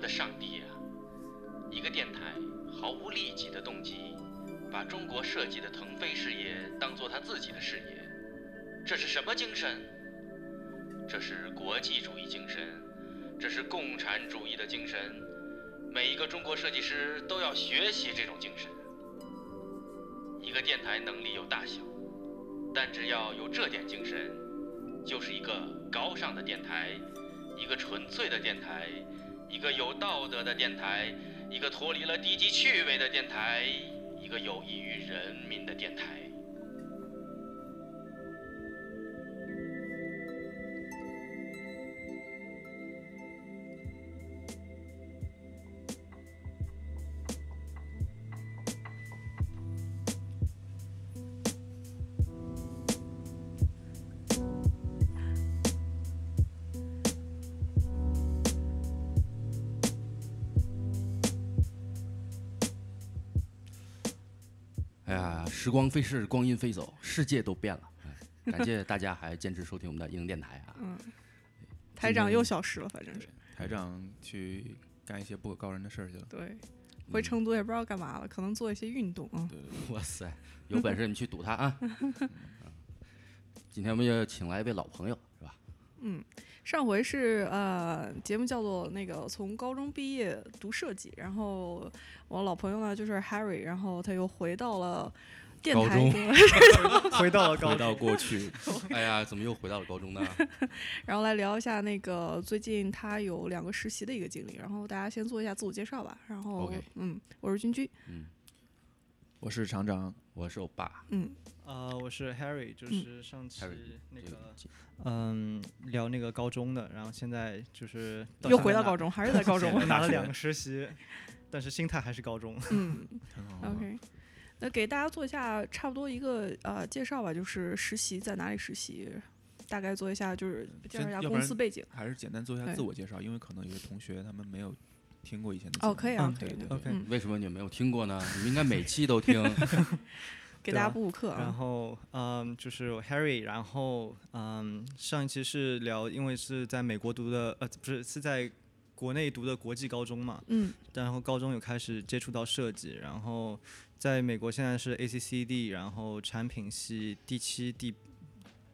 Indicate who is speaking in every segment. Speaker 1: 的上帝啊！一个电台毫无利己的动机，把中国设计的腾飞事业当做他自己的事业，这是什么精神？这是国际主义精神，这是共产主义的精神。每一个中国设计师都要学习这种精神。一个电台能力有大小，但只要有这点精神，就是一个高尚的电台，一个纯粹的电台，一个有道德的电台，一个脱离了低级趣味的电台，一个有益于人民的电台。
Speaker 2: 哎呀，时光飞逝，光阴飞走，世界都变了。哎感谢大家还坚持收听我们的英电台啊！
Speaker 3: 台长又消失了，反正是
Speaker 4: 台长去干一些不可告人的事儿去了。
Speaker 3: 对，回成都也不知道干嘛了，可能做一些运动啊。
Speaker 2: 哇塞，有本事你们去堵他啊！嗯今天我们也请来一位老朋友，是吧？
Speaker 3: 上回是呃，节目叫做那个从高中毕业读设计，然后我老朋友呢就是 Harry，然后他又回到了电
Speaker 2: 高
Speaker 3: 台
Speaker 2: 中
Speaker 3: 工作
Speaker 5: 回到了高
Speaker 4: 回到过去，
Speaker 2: 哎呀，怎么又回到了高 中呢？
Speaker 3: 然后来聊一下那个最近他有两个实习的一个经历，然后大家先做一下自我介绍吧。然后
Speaker 2: OK
Speaker 3: 嗯，我是君居，
Speaker 4: 我是厂长，。
Speaker 2: 我是欧巴，
Speaker 3: 嗯
Speaker 5: 呃，我是 Harry，就是上次
Speaker 2: Harry，
Speaker 5: 那个嗯聊那个高中的，然后现在就是
Speaker 3: 又回到高
Speaker 5: 中，
Speaker 3: 中，还是在高中
Speaker 4: 现在
Speaker 5: 拿了两个实习，但是心态还是高中。
Speaker 3: 嗯
Speaker 4: 很好啊。
Speaker 3: ，OK。那给大家做一下差不多一个呃介绍吧，就是实习在哪里实习，大概做一下就是介绍一下
Speaker 4: 先要不
Speaker 3: 公
Speaker 4: 然
Speaker 3: 司背景。
Speaker 4: 还是简单做一下
Speaker 3: 对
Speaker 4: 自我介绍，因为可能有的同学他们没有听过以前的节目。
Speaker 3: 哦，可以啊
Speaker 5: 嗯，
Speaker 3: 可以
Speaker 4: 对对
Speaker 3: 的，
Speaker 4: 对
Speaker 5: OK，、
Speaker 3: 嗯
Speaker 2: 为什么你们没有听过 呢？你们应该每期都听。
Speaker 3: 给
Speaker 5: 对
Speaker 3: 大家
Speaker 5: 啊
Speaker 3: 补补课啊
Speaker 5: 然。后嗯就是我 Harry，然后嗯上一期是聊，因为是在美国读的，呃不是是在国内读的国际高中嘛，
Speaker 3: 嗯
Speaker 5: 然后高中有开始接触到设计，然后在美国现在是 ACCD，然后产品系第七第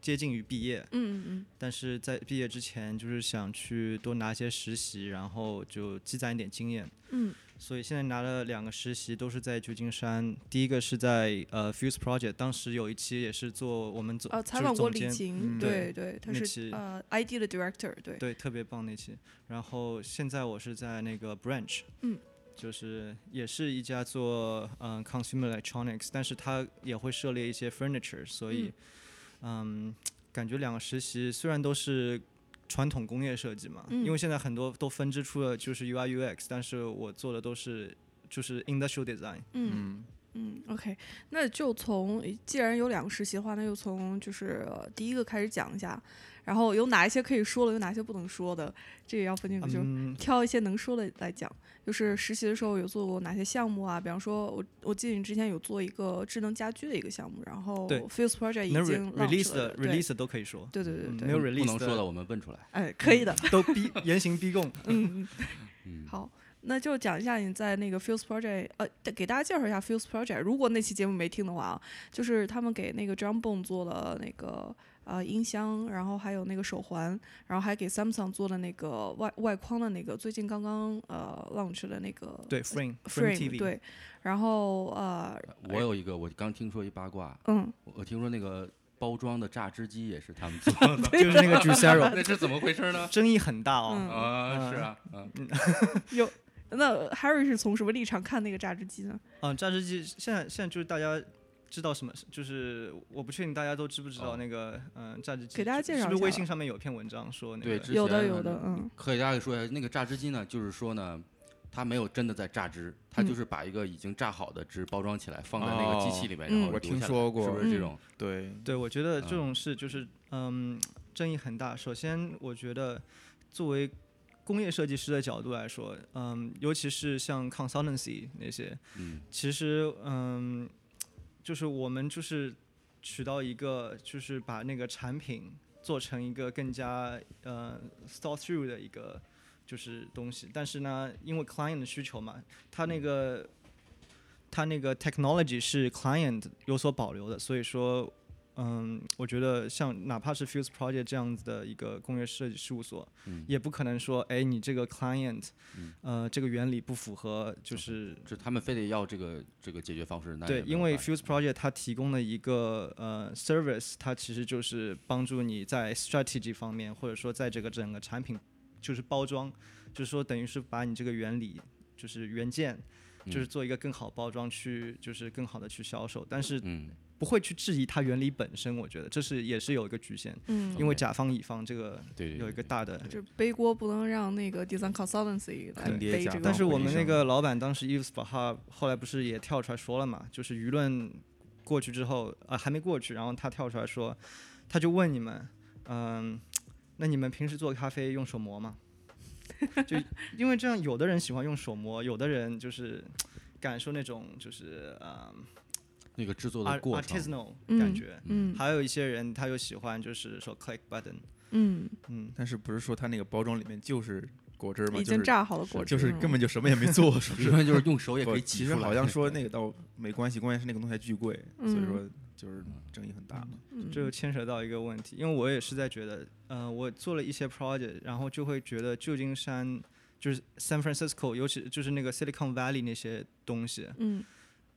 Speaker 5: 接近于毕业，
Speaker 3: 嗯嗯
Speaker 5: 但是在毕业之前就是想去多拿一些实习，然后就积攒一点经验。
Speaker 3: 嗯
Speaker 5: 所以现在拿了两个实习，都是在旧金山。第一个是在呃 Fuse Project，当时有一期也是做我们
Speaker 3: 嗯，
Speaker 5: 总
Speaker 3: 呃，采
Speaker 5: 就是
Speaker 3: 访过
Speaker 5: 总
Speaker 3: 李
Speaker 5: 监
Speaker 3: 晴，
Speaker 4: 嗯
Speaker 3: 对对，他
Speaker 5: 那
Speaker 3: 是
Speaker 5: 期
Speaker 3: 呃 ID 的 director，对，
Speaker 5: 对，特别棒那期。然后现在我是在那个 Branch，
Speaker 3: 嗯，
Speaker 5: 就是也是一家做嗯、呃 consumer electronics，但是它也会涉猎一些 furniture，所以嗯感觉两个实习虽然都是传统工业设计嘛，
Speaker 3: 嗯
Speaker 5: 因为现在很多都分支出了就是 UI UX，但是我做的都是就是 industrial design，
Speaker 3: 嗯
Speaker 4: 嗯，
Speaker 3: 嗯，OK，那就从既然有两个实习的话，那就从就是呃第一个开始讲一下，然后有哪一些可以说的，有哪些不能说的，这也要分清楚，就是
Speaker 5: 嗯，
Speaker 3: 挑一些能说的来讲。就是实习的时候有做过哪些项目啊？比方说我我记得你之前有做一个智能家居的一个项目，然后
Speaker 5: 对
Speaker 3: Fuse Project 已
Speaker 5: 能
Speaker 3: 经
Speaker 5: re- release
Speaker 3: launch 了
Speaker 5: 的 release 的都可以说，
Speaker 3: 对对对对
Speaker 5: 嗯
Speaker 3: 对，
Speaker 5: 没有 release
Speaker 2: 不能说
Speaker 5: 的
Speaker 2: 我们问出来。
Speaker 3: 哎，可以的，
Speaker 5: 都 逼严刑逼供。
Speaker 3: 嗯。
Speaker 2: 嗯，
Speaker 3: 好，那就讲一下你在那个 Fuse Project，呃，给大家介绍一下 Fuse Project。如果那期节目没听的话啊，就是他们给那个 John Bone 做了那个呃音箱，然后还有那个手环，然后还给 Samsung 做了那个外外框的那个，最近刚刚呃 launch 的那个
Speaker 5: 对 frame
Speaker 3: Frame
Speaker 5: TV，
Speaker 3: 对，然后呃
Speaker 5: 哎
Speaker 2: 我有一个，我刚听说一八卦，
Speaker 3: 嗯，
Speaker 2: 我听说那个包装的榨汁机也是他们做的，
Speaker 5: 就是那个 Juicero，
Speaker 2: 那是怎么回事 呢？
Speaker 5: 争议很大哦。
Speaker 3: 嗯
Speaker 2: 啊，是啊，嗯，
Speaker 3: 有。那 Harry 是从什么立场看那个榨汁机呢？
Speaker 5: 嗯，榨汁机现在现在就是大家知道什么，就是我不确定大家都知不知道
Speaker 2: 哦
Speaker 5: 那个嗯榨汁机，
Speaker 3: 给大家
Speaker 5: 是
Speaker 3: 介绍
Speaker 5: 是
Speaker 3: 一
Speaker 5: 不
Speaker 3: 下
Speaker 5: 是微
Speaker 3: 吧
Speaker 5: 信上面有一篇文章说那
Speaker 2: 对，
Speaker 5: 个
Speaker 2: 之
Speaker 3: 有的
Speaker 2: 前
Speaker 3: 有的，嗯
Speaker 2: 可以大概说一下，那个榨汁机呢，就是说呢，它没有真的在榨汁，它
Speaker 3: 嗯
Speaker 2: 就是把一个已经榨好的汁包装起来，放在那个机器里面，
Speaker 3: 哦
Speaker 2: 然后
Speaker 3: 嗯
Speaker 2: 留
Speaker 4: 我听
Speaker 2: 下来
Speaker 4: 说过
Speaker 2: 是不是这种？
Speaker 4: 对，
Speaker 5: 对，我觉得这
Speaker 2: 嗯
Speaker 5: 种事就是嗯争议很大。首先，我觉得作为工业设计师的角度来说，嗯，尤其是像 consultancy 那些，
Speaker 2: 嗯，
Speaker 5: 其实嗯，就是我们就是取到一个，就是把那个产品做成一个更加呃 thought through 的一个就是东西。但是呢，因为 client 的需求嘛，它那个它那个 technology 是 client 有所保留的，所以说，嗯，我觉得像哪怕是 Fuse Project 这样子的一个工业设计事务所，
Speaker 2: 嗯
Speaker 5: 也不可能说，哎，你这个 client，、
Speaker 2: 嗯
Speaker 5: 呃，这个原理不符合，就是
Speaker 2: 就他们非得要这个这个解决方式，那
Speaker 5: 对，
Speaker 2: 也没有
Speaker 5: 因为
Speaker 2: 办法
Speaker 5: Fuse Project 它提供的一个呃 service，它其实就是帮助你在 strategy 方面，或者说在这个整个产品就是包装，就是说等于是把你这个原理就是原件，就是
Speaker 2: 嗯
Speaker 5: 做一个更好包装去，就是更好的去销售，但是
Speaker 2: 嗯
Speaker 5: 不会去质疑它原理本身，我觉得这是也是有一个局限，
Speaker 3: 嗯，
Speaker 5: 因为
Speaker 2: OK
Speaker 5: 甲方乙方这个
Speaker 2: 对对
Speaker 5: 有一个大的。
Speaker 3: 就背锅不能让那个 design consultancy 来
Speaker 4: 坑爹
Speaker 3: 背
Speaker 4: 甲
Speaker 3: 这个。
Speaker 4: 方
Speaker 5: 但是我
Speaker 4: 回
Speaker 5: 们那
Speaker 4: 声
Speaker 5: 个老板当时 Eves b a h a 后来不是也跳出来说了嘛，就是舆论过去之后，啊还没过去，然后他跳出来说，他就问你们，嗯、那你们平时做咖啡用手磨吗？就因为这样，有的人喜欢用手磨，有的人就是感受那种就是呃
Speaker 2: 那个制作的
Speaker 5: art
Speaker 2: 过程，
Speaker 5: artisanal 感
Speaker 3: 嗯
Speaker 5: 觉，
Speaker 3: 嗯
Speaker 5: 还有一些人他又喜欢就是说 click button，
Speaker 3: 嗯，
Speaker 5: 嗯，
Speaker 4: 但是不是说它那个包装里面就是果汁吗？
Speaker 3: 已经
Speaker 4: 就是
Speaker 3: 榨好了果汁
Speaker 4: 就
Speaker 3: 了，
Speaker 4: 是根本就什么也没做， 是不
Speaker 2: 一
Speaker 4: 是？
Speaker 2: 般就是用手也可
Speaker 4: 不
Speaker 2: 以
Speaker 4: 其
Speaker 2: 挤
Speaker 4: 实
Speaker 2: 出来。
Speaker 4: 好 像说那个倒没关系，关键是那个东西还巨贵，所以
Speaker 3: 嗯
Speaker 4: 说就是争议很大嘛。
Speaker 3: 嗯
Speaker 5: 这就牵扯到一个问题，因为我也是在觉得，呃，我做了一些 project，然后就会觉得旧金山就是 San Francisco，尤其就是那个 Silicon Valley 那些东西，
Speaker 3: 嗯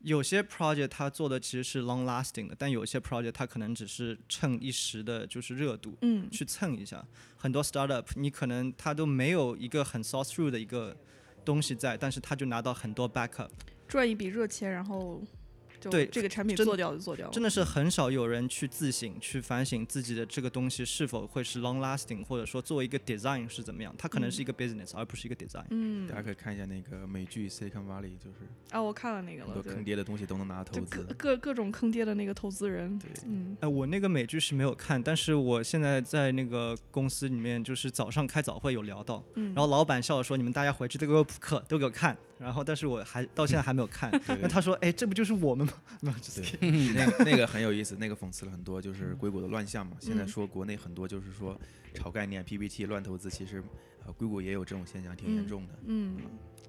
Speaker 5: 有些 project 它做的其实是 long lasting 的，但有些 project 它可能只是蹭一时的，就是热度
Speaker 3: 嗯
Speaker 5: 去蹭一下。很多 startup 你可能它都没有一个很 source through 的一个东西在，但是它就拿到很多 backup。
Speaker 3: 赚一笔热钱，然后就
Speaker 5: 对
Speaker 3: 这个产品
Speaker 5: 真
Speaker 3: 做掉就做掉了，
Speaker 5: 真的是很少有人去自省、去反省自己的这个东西是否会是 long lasting，或者说作为一个 design 是怎么样。它可能是一个 business，、而不是一个 design。
Speaker 3: 嗯
Speaker 4: 大家可以看一下那个美剧《Silicon Valley》，就是
Speaker 3: 啊，我看了那个
Speaker 4: 很
Speaker 3: 了，
Speaker 4: 多
Speaker 3: 对
Speaker 4: 坑爹的东西都能拿来投
Speaker 3: 就各
Speaker 4: 资。
Speaker 3: 各各种坑爹的那个投资人，
Speaker 4: 对
Speaker 3: 嗯
Speaker 5: 哎、我那个美剧是没有看，但是我现在在那个公司里面，就是早上开早会有聊到，
Speaker 3: 嗯，
Speaker 5: 然后老板笑着说：“你们大家回去都给我补课，都给我看。”然后，但是我还到现在还没 有看。
Speaker 4: 对
Speaker 5: 那他说：“哎，这不就是我们吗？”那就是
Speaker 4: 对， 那个那个很有意思，那个讽刺了很多就是硅谷的乱象嘛。现在
Speaker 3: 嗯
Speaker 4: 说国内很多就是说炒概念、PPT 乱投资，其实呃硅谷也有这种现象，挺严
Speaker 3: 嗯
Speaker 4: 重的。
Speaker 3: 嗯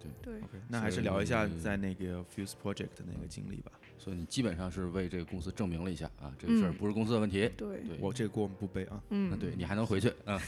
Speaker 2: 对
Speaker 3: 对
Speaker 4: OK，那还是
Speaker 2: 所以
Speaker 4: 聊一下在那个 Fuse Project 的那个经历吧。
Speaker 2: 所以你基本上是为这个公司证明了一下啊，这个事儿
Speaker 3: 嗯
Speaker 2: 不是公司的问题。
Speaker 3: 对
Speaker 2: 对，
Speaker 4: 我这个锅我们不背啊。
Speaker 2: 那
Speaker 3: 嗯
Speaker 2: 对你还能回去啊？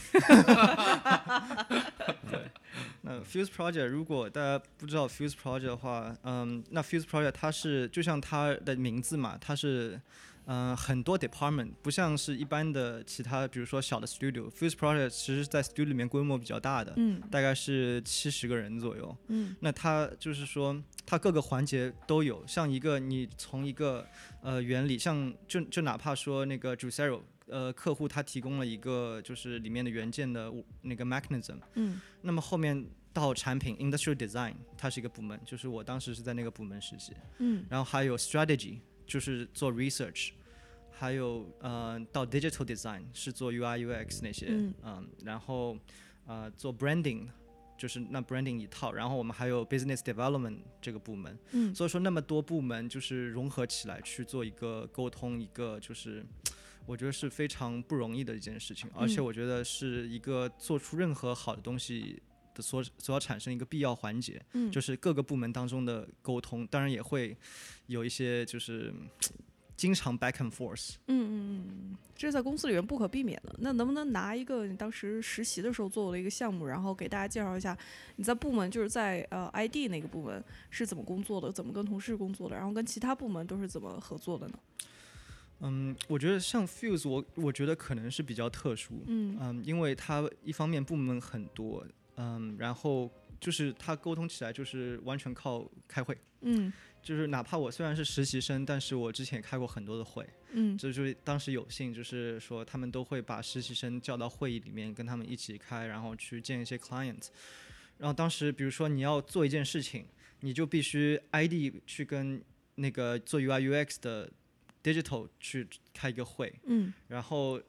Speaker 5: 那 Fuse Project 如果大家不知道 Fuse Project 的话，嗯，那 Fuse Project 它是就像它的名字嘛，它是嗯、呃很多 department，不像是一般的其他，比如说小的 studio。Fuse Project 其实在 studio 里面规模比较大的，
Speaker 3: 嗯
Speaker 5: 大概是七十个人左右。
Speaker 3: 嗯
Speaker 5: 那它就是说，它各个环节都有，像一个你从一个呃原理，像就就哪怕说那个 Juicero，呃，客户他提供了一个就是里面的元件的那个 mechanism，
Speaker 3: 嗯
Speaker 5: 那么后面到产品 industrial design，它是一个部门，就是我当时是在那个部门实习，
Speaker 3: 嗯
Speaker 5: 然后还有 strategy，就是做 research，还有呃到 digital design 是做 UI UX 那些，
Speaker 3: 嗯
Speaker 5: 嗯然后呃做 branding，就是那 branding 一套，然后我们还有 business development 这个部门，
Speaker 3: 嗯
Speaker 5: 所以说那么多部门就是融合起来去做一个沟通，一个就是。我觉得是非常不容易的一件事情，而且
Speaker 3: 嗯
Speaker 5: 我觉得是一个做出任何好的东西的所所要产生一个必要环节。
Speaker 3: 嗯，
Speaker 5: 就是各个部门当中的沟通，当然也会有一些就是嗯经常 back and forth。
Speaker 3: 嗯嗯嗯嗯，这是在公司里面不可避免的。那能不能拿一个你当时实习的时候做的一个项目，然后给大家介绍一下你在部门就是在呃 ID 那个部门是怎么工作的，怎么跟同事工作的，然后跟其他部门都是怎么合作的呢？
Speaker 5: 嗯，我觉得像 Fuse，我我觉得可能是比较特殊，
Speaker 3: 嗯
Speaker 5: 嗯，因为它一方面部门很多，嗯，然后就是它沟通起来就是完全靠开会，
Speaker 3: 嗯
Speaker 5: 就是哪怕我虽然是实习生，但是我之前也开过很多的会，
Speaker 3: 嗯
Speaker 5: 这就是当时有幸，就是说他们都会把实习生叫到会议里面，跟他们一起开，然后去见一些 client。然后当时比如说你要做一件事情，你就必须 ID 去跟那个做 UI UX 的 digital 去开一个会，
Speaker 3: 嗯
Speaker 5: 然后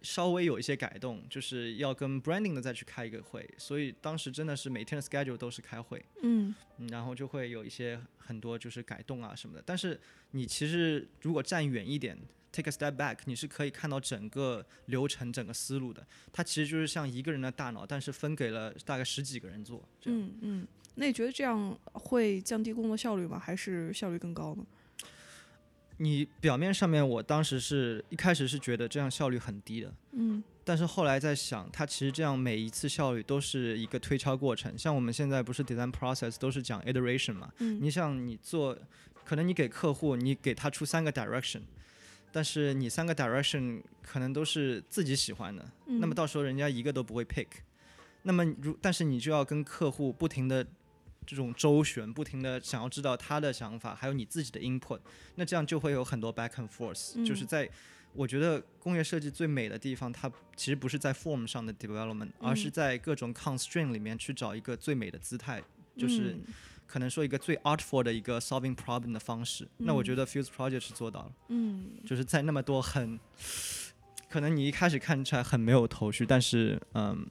Speaker 5: 稍微有一些改动，就是要跟 branding 的再去开一个会。所以当时真的是每天的 schedule 都是开会。
Speaker 3: 嗯
Speaker 5: 嗯，然后就会有一些很多就是改动啊什么的。但是你其实如果站远一点， take a step back，你是可以看到整个流程、整个思路的。它其实就是像一个人的大脑，但是分给了大概十几个人做。这样
Speaker 3: 嗯嗯，那你觉得这样会降低工作效率吗？还是效率更高呢？
Speaker 5: 你表面上面，我当时是一开始是觉得这样效率很低的，
Speaker 3: 嗯
Speaker 5: 但是后来在想，它其实这样每一次效率都是一个推敲过程。像我们现在不是 design process 都是讲 iteration 嘛，
Speaker 3: 嗯
Speaker 5: 你想你做，可能你给客户你给他出三个 direction，但是你三个 direction 可能都是自己喜欢的，那么
Speaker 3: 嗯
Speaker 5: 到时候人家一个都不会 pick，那么如但是你就要跟客户不停的这种周旋，不停的想要知道他的想法，还有你自己的 input，那这样就会有很多 back and forth，、就是
Speaker 3: 嗯
Speaker 5: 在我觉得工业设计最美的地方，它其实不是在 form 上的 development，、而是
Speaker 3: 嗯
Speaker 5: 在各种 constraint 里面去找一个最美的姿态，就是
Speaker 3: 嗯
Speaker 5: 可能说一个最 artful 的一个 solving problem 的方式。那我觉得 Fuse Project 是做到了，
Speaker 3: 嗯
Speaker 5: 就是在那么多很，可能你一开始看起来很没有头绪，但是嗯，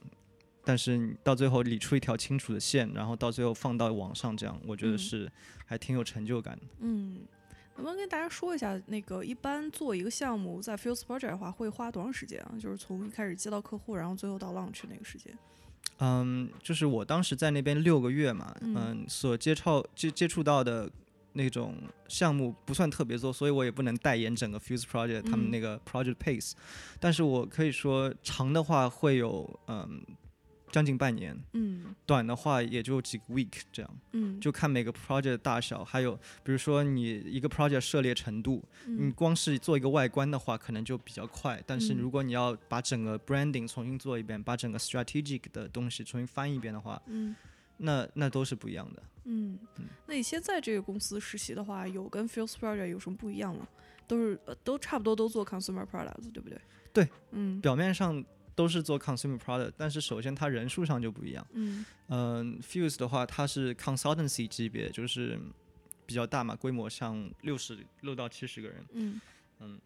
Speaker 5: 但是你到最后理出一条清楚的线，然后到最后放到网上这样，我觉得
Speaker 3: 嗯
Speaker 5: 是还挺有成就感的。
Speaker 3: 嗯，能不能跟大家说一下，那个一般做一个项目在 Fuse Project 的话会花多长时间啊？就是从一开始接到客户，然后最后到 launch 那个时间？
Speaker 5: 嗯，就是我当时在那边六个月嘛，
Speaker 3: 嗯
Speaker 5: 嗯，所接触接接触到的那种项目不算特别多，所以我也不能代言整个 Fuse Project 他
Speaker 3: 嗯
Speaker 5: 们那个 Project Pace，、但是我可以说长的话会有嗯将近半年，
Speaker 3: 嗯
Speaker 5: 短的话也就几个 week 这样，
Speaker 3: 嗯，
Speaker 5: 就看每个 project 的大小，还有比如说你一个 project 涉猎程度，你
Speaker 3: 嗯
Speaker 5: 光是做一个外观的话，可能就比较快。但是
Speaker 3: 嗯
Speaker 5: 如果你要把整个 branding 重新做一遍，把整个 strategic 的东西重新翻一遍的话，
Speaker 3: 嗯
Speaker 5: 那那都是不一样的。
Speaker 3: 嗯，那你现在这个公司实习的话，有跟 Fuse Project 有什么不一样吗？都是、呃都差不多都做 consumer product，对不对？
Speaker 5: 对，
Speaker 3: 嗯
Speaker 5: 表面上都是做 consumer product，但是首先它人数上就不一样。
Speaker 3: 嗯
Speaker 5: 嗯、f u s e 的话，它是 consultancy 级别，就是比较大嘛，规模像六十六到七十个人。
Speaker 3: 嗯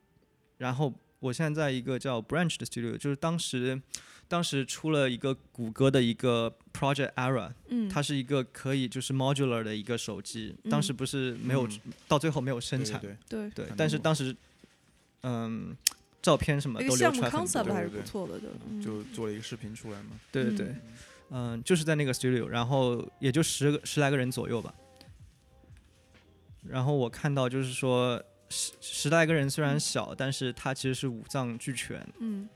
Speaker 5: 然后我现在在一个叫 Branch 的 studio，就是当时当时出了一个谷歌的一个 Project Era，
Speaker 3: 嗯，
Speaker 5: 它是一个可以就是 modular 的一个手机，当时不是没有、
Speaker 4: 嗯
Speaker 5: 到最后没有
Speaker 4: 对
Speaker 5: 生
Speaker 4: 对
Speaker 5: 产，
Speaker 4: 对
Speaker 3: 对
Speaker 5: 对
Speaker 4: 看到
Speaker 5: 但是
Speaker 4: 过
Speaker 5: 当时嗯照片什么
Speaker 3: 那
Speaker 5: 都
Speaker 3: 个
Speaker 5: 流
Speaker 3: 项目
Speaker 5: 出来很
Speaker 3: concept
Speaker 5: 多，
Speaker 3: 还是
Speaker 4: 对对
Speaker 3: 不错的，对，嗯
Speaker 4: 就做了一个视频出来嘛。
Speaker 5: 对对对，嗯、就是在那个 studio，然后也就十个十来个人左右吧，然后我看到就是说十十来个人虽然
Speaker 3: 嗯
Speaker 5: 小，但是它其实是五脏俱全，
Speaker 3: 嗯。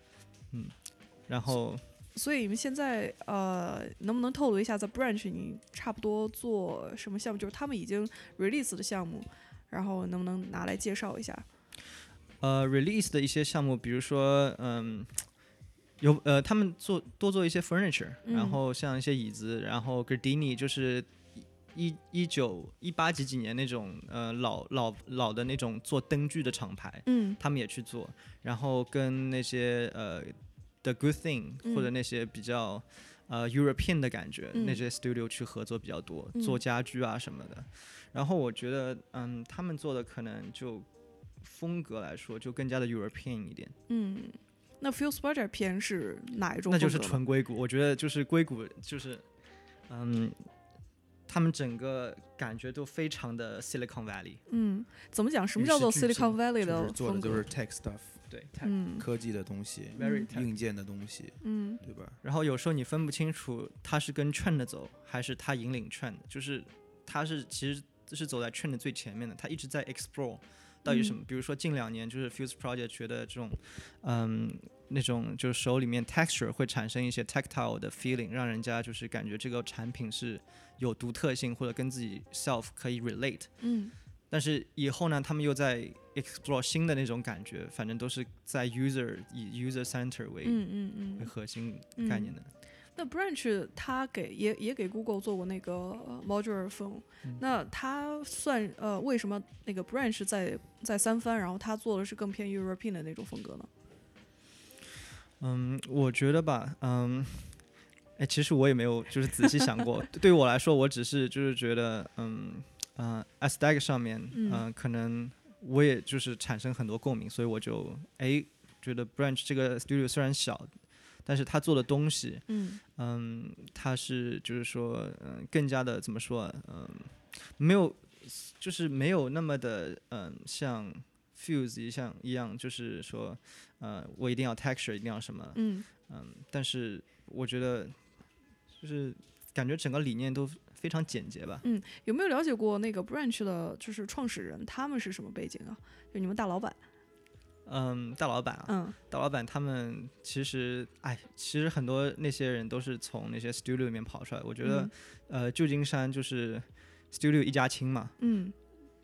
Speaker 5: 然后。
Speaker 3: 所以你们现在呃，能不能透露一下，在 Branch 你差不多做什么项目？就是他们已经 release 的项目，然后能不能拿来介绍一下？
Speaker 5: 呃 release 的一些项目，比如说嗯。有呃，他们做多做一些 furniture，、
Speaker 3: 嗯
Speaker 5: 然后像一些椅子，然后 Gardini 就是一一九一八几几年那种呃老老老的那种做灯具的厂牌，
Speaker 3: 嗯
Speaker 5: 他们也去做，然后跟那些呃 The Good Thing、
Speaker 3: 嗯
Speaker 5: 或者那些比较呃 European 的感觉、
Speaker 3: 嗯
Speaker 5: 那些 studio 去合作比较多，
Speaker 3: 嗯
Speaker 5: 做家居啊什么的。然后我觉得，嗯，他们做的可能就风格来说就更加的 European 一点，
Speaker 3: 嗯，那 Fuse Project 偏是哪一种风格呢？
Speaker 5: 那就是纯硅谷。我觉得就是硅谷就是，嗯。他们整个感觉都非常的 Silicon Valley，
Speaker 3: 嗯，怎么讲？什么
Speaker 4: 与
Speaker 3: 叫
Speaker 4: 时
Speaker 3: 做
Speaker 4: 俱进
Speaker 3: Silicon Valley
Speaker 4: 就
Speaker 3: 的
Speaker 4: 是做的
Speaker 3: 风
Speaker 4: 就
Speaker 3: 格
Speaker 4: 是？tech stuff，
Speaker 5: 对
Speaker 3: 嗯
Speaker 4: 科技的东西、
Speaker 3: 嗯
Speaker 5: ，very tech
Speaker 4: 硬件的东西，
Speaker 3: 嗯
Speaker 4: 对吧？
Speaker 5: 然后有时候你分不清楚他是跟 trend 的走，还是他引领 trend，就是他是其实是走在 trend 的最前面的，他一直在 explore 到底
Speaker 3: 嗯
Speaker 5: 什么。比如说近两年就是 Fuse Project 觉得这种，嗯，那种就是手里面 texture 会产生一些 tactile 的 feeling，让人家就是感觉这个产品是有独特性或者跟自己 self 可以 relate。
Speaker 3: 嗯
Speaker 5: 但是以后呢，他们又在 explore 新的那种感觉，反正都是在 user 以 user center 为、
Speaker 3: 嗯嗯
Speaker 5: 为
Speaker 3: 嗯。
Speaker 5: 核心概念的。
Speaker 3: 那 Branch 它给也也给 Google 做过那个呃 modular phone，、那
Speaker 4: 嗯
Speaker 3: 它算呃为什么那个 Branch 在在三番，然后它做的是更偏 European 的那种风格呢？
Speaker 5: 嗯，我觉得吧，嗯，哎，其实我也没有就是仔细想过， 对于我来说，我只是就是觉得，嗯嗯、呃、，Astag 上面，
Speaker 3: 嗯
Speaker 5: 嗯、可能我也就是产生很多共鸣，所以我就哎觉得 Branch 这个 studio 虽然小，但是他做的东西，
Speaker 3: 嗯
Speaker 5: 嗯，他是就是说，嗯、更加的怎么说啊，嗯、没有，就是没有那么的，嗯、像 Fuse 一项一样，就是说，呃，我一定要 texture，一定要什么，
Speaker 3: 嗯
Speaker 5: 嗯，但是我觉得就是感觉整个理念都非常简洁吧。
Speaker 3: 嗯，有没有了解过那个 Branch 的，就是创始人他们是什么背景啊？就你们大老板，
Speaker 5: 嗯，大老板啊，
Speaker 3: 嗯
Speaker 5: 大老板他们其实，哎，其实很多那些人都是从那些 studio 里面跑出来。我觉得，
Speaker 3: 嗯
Speaker 5: 呃，旧金山就是 studio 一家亲嘛。
Speaker 3: 嗯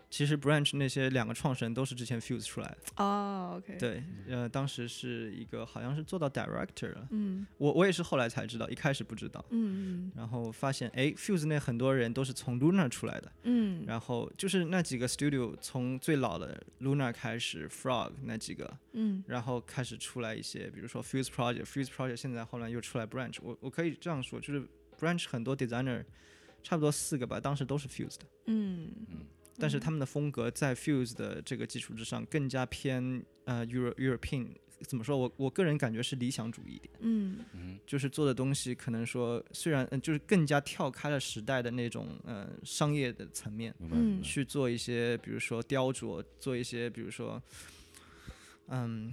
Speaker 5: 其实 branch 那些两个创始人都是之前 fuse 出来的。
Speaker 3: 啊，OK，，
Speaker 5: 对，呃，当时是一个好像是做到 director 了，
Speaker 3: 嗯
Speaker 5: 我我也是后来才知道，一开始不知道。
Speaker 3: 嗯
Speaker 5: 然后发现，哎，Fuse 那很多人都是从 Luna 出来的，
Speaker 3: 嗯嗯
Speaker 5: 然后就是那几个 studio 从最老的 Luna 开始，Frog 那几个，
Speaker 3: 嗯
Speaker 5: 然后开始出来一些，比如说 Fuse Project，Fuse Project 现在后来又出来 Branch，我我可以这样说，就是 Branch 很多 designer 差不多四个吧，当时都是 Fuse 的，
Speaker 3: 嗯
Speaker 5: 但是他们的风格在 Fuse 的这个基础之上更加偏呃 Euro European，怎么说我我个人感觉是理想主义一点，
Speaker 3: 嗯
Speaker 2: 嗯
Speaker 5: 就是做的东西可能说虽然嗯、呃就是更加跳开了时代的那种呃商业的层面，
Speaker 2: 明白
Speaker 3: 嗯
Speaker 2: 明白
Speaker 5: 去做一些，比如说雕琢，做一些，比如说，嗯，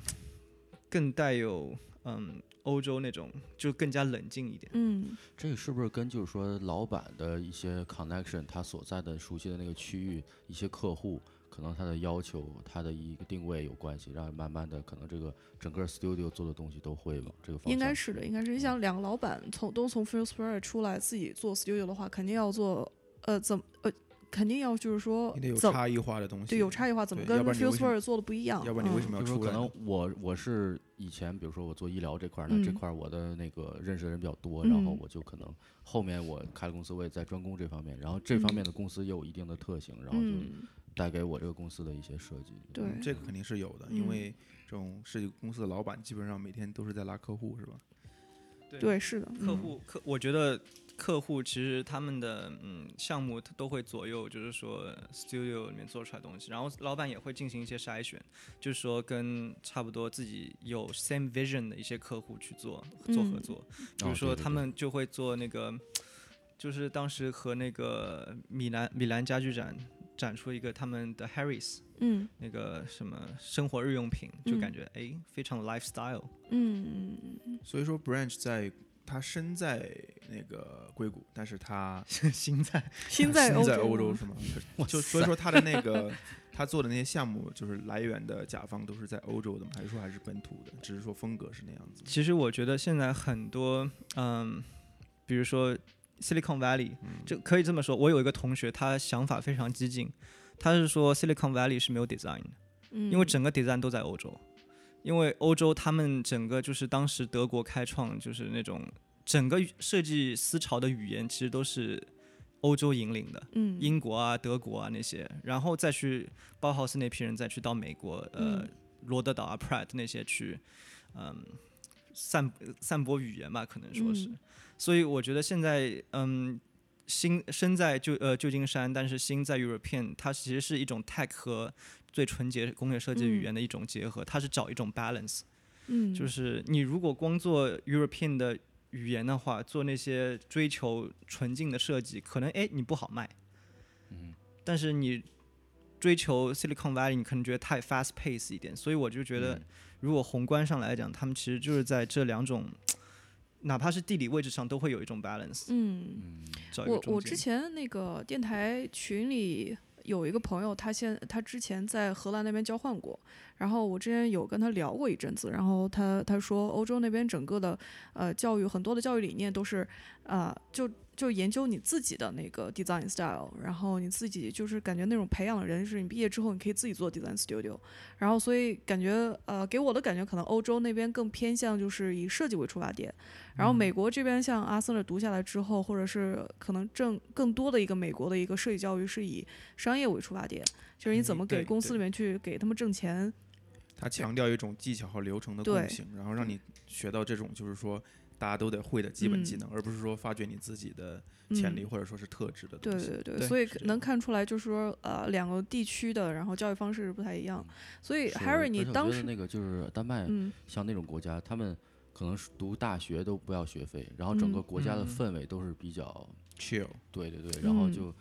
Speaker 5: 更带有嗯欧洲那种，就更加冷静一点。
Speaker 3: 嗯
Speaker 2: 这个是不是跟就是说老板的一些 connection，他所在的熟悉的那个区域，一些客户，可能他的要求，他的一个定位有关系，让慢慢的可能这个整个 studio 做的东西都会往这个方向。
Speaker 3: 应该是的，应该是你
Speaker 4: 嗯
Speaker 3: 想两个老板从都从 First Spirit 出来自己做 studio 的话，肯定要做呃怎么呃肯定要就是说
Speaker 4: 你得有
Speaker 3: 怎
Speaker 4: 差异化的东西，
Speaker 3: 对有差异化，怎么
Speaker 4: 对
Speaker 3: 跟
Speaker 4: 要不然你
Speaker 3: First
Speaker 4: 为什么
Speaker 3: Spirit 做的不一样？
Speaker 4: 要不然你为什
Speaker 3: 么？
Speaker 4: 么要
Speaker 2: 就是说，
Speaker 4: 出
Speaker 2: 可
Speaker 4: 来呢？
Speaker 2: 能我我是以前，比如说我做医疗这块儿，那这
Speaker 3: 嗯
Speaker 2: 块儿我的那个认识的人比较多，然后
Speaker 3: 嗯
Speaker 2: 我就可能后面我开了公司，我也在专攻这方面，然后这方
Speaker 3: 嗯
Speaker 2: 面的公司也有一定的特性，然后就
Speaker 3: 嗯，
Speaker 2: 带给我这个公司的一些设计。
Speaker 3: 对
Speaker 4: 嗯这个肯定是有的，因
Speaker 3: 嗯
Speaker 4: 为这种设计公司的老板基本上每天都是在拉客户，是吧？
Speaker 3: 对，是的，
Speaker 5: 客
Speaker 3: 嗯
Speaker 5: 户客，我觉得客户其实他们的嗯项目它都会左右，就是说 studio 里面做出来的东西，然后老板也会进行一些筛选，就是说跟差不多自己有 same vision 的一些客户去做做合
Speaker 3: 嗯
Speaker 5: 作。比如
Speaker 2: 哦
Speaker 5: 说
Speaker 2: 对对
Speaker 5: 他
Speaker 2: 对
Speaker 5: 们就会做那个，就是当时和那个米兰米兰家具展展出一个他们的 Harris
Speaker 3: 嗯
Speaker 5: 那个什么生活日用品，就感
Speaker 3: 嗯
Speaker 5: 觉哎、诶非常 lifestyle。
Speaker 3: 嗯嗯嗯
Speaker 4: 所以说，Branch 在他身在那个硅谷，但是他
Speaker 5: 现在
Speaker 3: 心在
Speaker 4: 身
Speaker 3: 欧
Speaker 4: 在
Speaker 3: 洲
Speaker 4: 欧
Speaker 3: 嘛
Speaker 4: 洲，是吗？就所以说他的那个 他做的那些项目，就是来源的甲方都是在欧洲的吗？还是说还是本土的？只是说风格是那样子。
Speaker 5: 其实我觉得现在很多嗯，比如说 Silicon Valley，
Speaker 4: 嗯，
Speaker 5: 就可以这么说。我有一个同学，他想法非常激进，他是说 Silicon Valley 是没有 design 的。因为
Speaker 3: 嗯
Speaker 5: 整个 design 都在欧洲，因为欧洲他们整个就是当时德国开创就是那种整个设计思潮的语言其实都是欧洲引领的，
Speaker 3: 嗯
Speaker 5: 英国啊、德国啊那些，然后再去包豪斯那批人再去到美国，呃，
Speaker 3: 嗯
Speaker 5: 罗德岛啊、Pratt 那些去，嗯，散散播语言吧，可能说是。
Speaker 3: 嗯
Speaker 5: 所以我觉得现在，嗯，心身在旧呃旧金山，但是心在 European，它其实是一种 tech 和最纯洁工业设计语
Speaker 3: 嗯
Speaker 5: 言的一种结合，它是找一种 balance。
Speaker 3: 嗯
Speaker 5: 就是你如果光做 European 的语言的话，做那些追求纯净的设计，可能哎你不好卖。
Speaker 2: 嗯，
Speaker 5: 但是你追求 Silicon Valley，你可能觉得太 fast pace 一点，所以我就觉得，
Speaker 3: 嗯
Speaker 5: 如果宏观上来讲，他们其实就是在这两种，哪怕是地理位置上，都会有一种 balance，
Speaker 3: 嗯。
Speaker 2: 嗯，
Speaker 5: 找一个
Speaker 3: 我
Speaker 5: 中
Speaker 3: 我之
Speaker 5: 间。
Speaker 3: 前那个电台群里有一个朋友，他现他之前在荷兰那边交换过，然后我之前有跟他聊过一阵子，然后他他说欧洲那边整个的呃教育很多的教育理念都是呃就就研究你自己的那个 design style，然后你自己就是感觉那种培养人是你毕业之后你可以自己做 design studio，然后所以感觉呃给我的感觉可能欧洲那边更偏向就是以设计为出发点，然后美国这边像阿瑟勒读下来之后，或者是可能正更多的一个美国的一个设计教育是以商业为出发点，就是你怎
Speaker 5: 嗯
Speaker 3: 么给
Speaker 5: 对
Speaker 3: 公司
Speaker 5: 对
Speaker 3: 里面去给他们挣钱，
Speaker 4: 他强调一种技巧和流程的
Speaker 3: 对
Speaker 4: 共性，然后让你学到这种就是说大家都得会的基本技能，而不是说发掘你自己的潜力
Speaker 3: 嗯
Speaker 4: 或者说是特质的
Speaker 3: 对
Speaker 4: 东西。
Speaker 3: 对对，
Speaker 5: 对
Speaker 3: 所以
Speaker 4: 是这
Speaker 3: 能
Speaker 4: 样
Speaker 3: 看出来，就是说，呃，两个地区的，然后教育方式不太一样。所以
Speaker 2: 是
Speaker 3: ，Harry，
Speaker 2: 而
Speaker 3: 你
Speaker 2: 且我
Speaker 3: 当
Speaker 2: 觉得
Speaker 3: 时，
Speaker 2: 那个就是丹麦，
Speaker 3: 嗯
Speaker 2: 像那种国家，他们可能是读大学都不要学费，然后整
Speaker 3: 嗯
Speaker 2: 个国家的
Speaker 5: 嗯
Speaker 2: 氛围都是比较，
Speaker 4: ，chill，
Speaker 2: 对对对，然后
Speaker 3: 嗯
Speaker 2: 就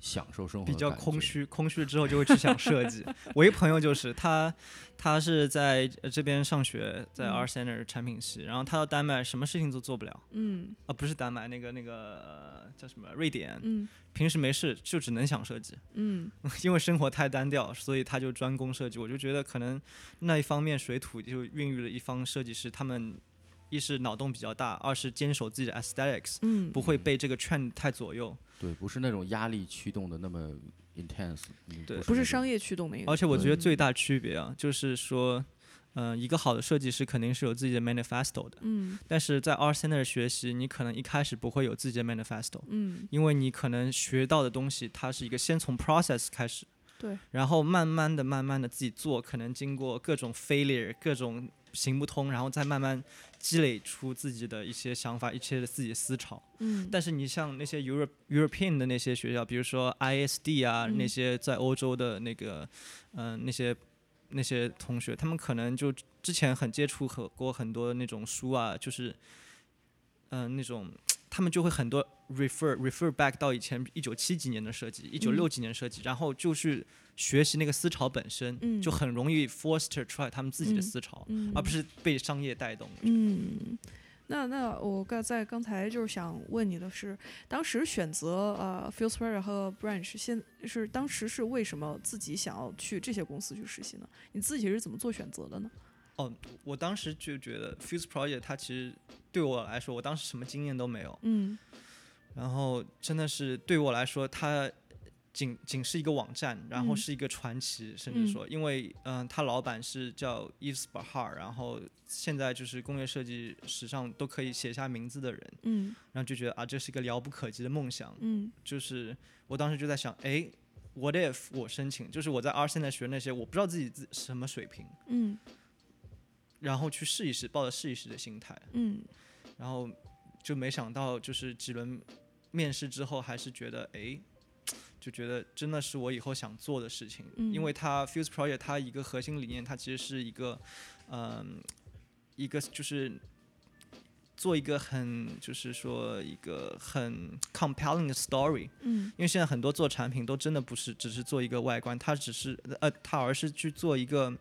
Speaker 2: 享受生活，
Speaker 5: 比较空。虚，空虚之后就会去想设计。我一朋友就是他，他是在呃这边上学，在
Speaker 3: 嗯
Speaker 5: R Center 产品系，然后他到丹麦什么事情都做不了
Speaker 3: 嗯
Speaker 5: 啊，不是丹麦那个那个、呃叫什么瑞典，
Speaker 3: 嗯
Speaker 5: 平时没事就只能想设计，
Speaker 3: 嗯
Speaker 5: 因为生活太单调，所以他就专攻设计。我就觉得可能那一方面水土就孕育了一方设计师，他们一是脑洞比较大，二是坚守自己的 aesthetics，
Speaker 3: 嗯，
Speaker 5: 不会被这个 trend 太左右。
Speaker 2: 对，不是那种压力驱动的那么 intense，嗯
Speaker 5: 对
Speaker 3: 不是
Speaker 2: 那
Speaker 3: 商
Speaker 2: 种
Speaker 3: 业驱动的一个，
Speaker 5: 而且我觉得
Speaker 3: 嗯
Speaker 5: 最大区别啊，就是说，嗯、一个好的设计师肯定是有自己的 manifesto 的，
Speaker 3: 嗯
Speaker 5: 但是在 R Center 学习，你可能一开始不会有自己的 manifesto，
Speaker 3: 嗯
Speaker 5: 因为你可能学到的东西，它是一个先从 process 开始，
Speaker 3: 对，
Speaker 5: 然后慢慢的、慢慢的自己做，可能经过各种 failure、各种行不通，然后再慢慢积累出自己的一些想法、一些自己的思潮。
Speaker 3: 嗯，
Speaker 5: 但是你像那些 Europe European 的那些学校，比如说 ISD 啊，
Speaker 3: 嗯
Speaker 5: 那些在欧洲的那个，嗯、那些那些同学，他们可能就之前很接触和过很多那种书啊，就是，嗯、那种他们就会很多 refer refer back 到以前一九七几年的设
Speaker 3: 嗯
Speaker 5: 计，一九六几年的设计，然后就去学习那个思潮本身，
Speaker 3: 嗯
Speaker 5: 就很容易 foster 出来他们自己的
Speaker 3: 嗯
Speaker 5: 思潮，
Speaker 3: 嗯
Speaker 5: 而不是被商业带动。
Speaker 3: 嗯，那那我刚在刚才就是想问你的是，当时选择呃 f i e l s p r e a d 和 Branch，现是当时是为什么自己想要去这些公司去实习呢？你自己是怎么做选择的呢？
Speaker 5: 我当时就觉得 Fuse Project 它其实对我来说，我当时什么经验都没有，
Speaker 3: 嗯
Speaker 5: 然后真的是对我来说，它仅仅是一个网站，然后
Speaker 3: 嗯
Speaker 5: 是一个传奇，甚至说，因为嗯、呃他老板是叫 Yves Bahar，然后现在就是工业设计史上都可以写下名字的人，
Speaker 3: 嗯
Speaker 5: 然后就觉得啊，这是一个遥不可及的梦想，
Speaker 3: 嗯
Speaker 5: 就是我当时就在想，哎。What if 我申请？就是我在 R 现在学那些，我不知道自己自什么水平，
Speaker 3: 嗯
Speaker 5: 然后去试一试，抱着试一试的心态。
Speaker 3: 嗯
Speaker 5: 然后就没想到，就是几轮面试之后，还是觉得哎，就觉得真的是我以后想做的事情，
Speaker 3: 嗯
Speaker 5: 因为它 Fuse Project 它一个核心理念，它其实是一个，嗯、一个就是。做一个很，就是说一个很 compelling 的 story，
Speaker 3: 嗯
Speaker 5: 因为现在很多做产品都真的不是只是做一个外观，它只是呃，它而是去做一个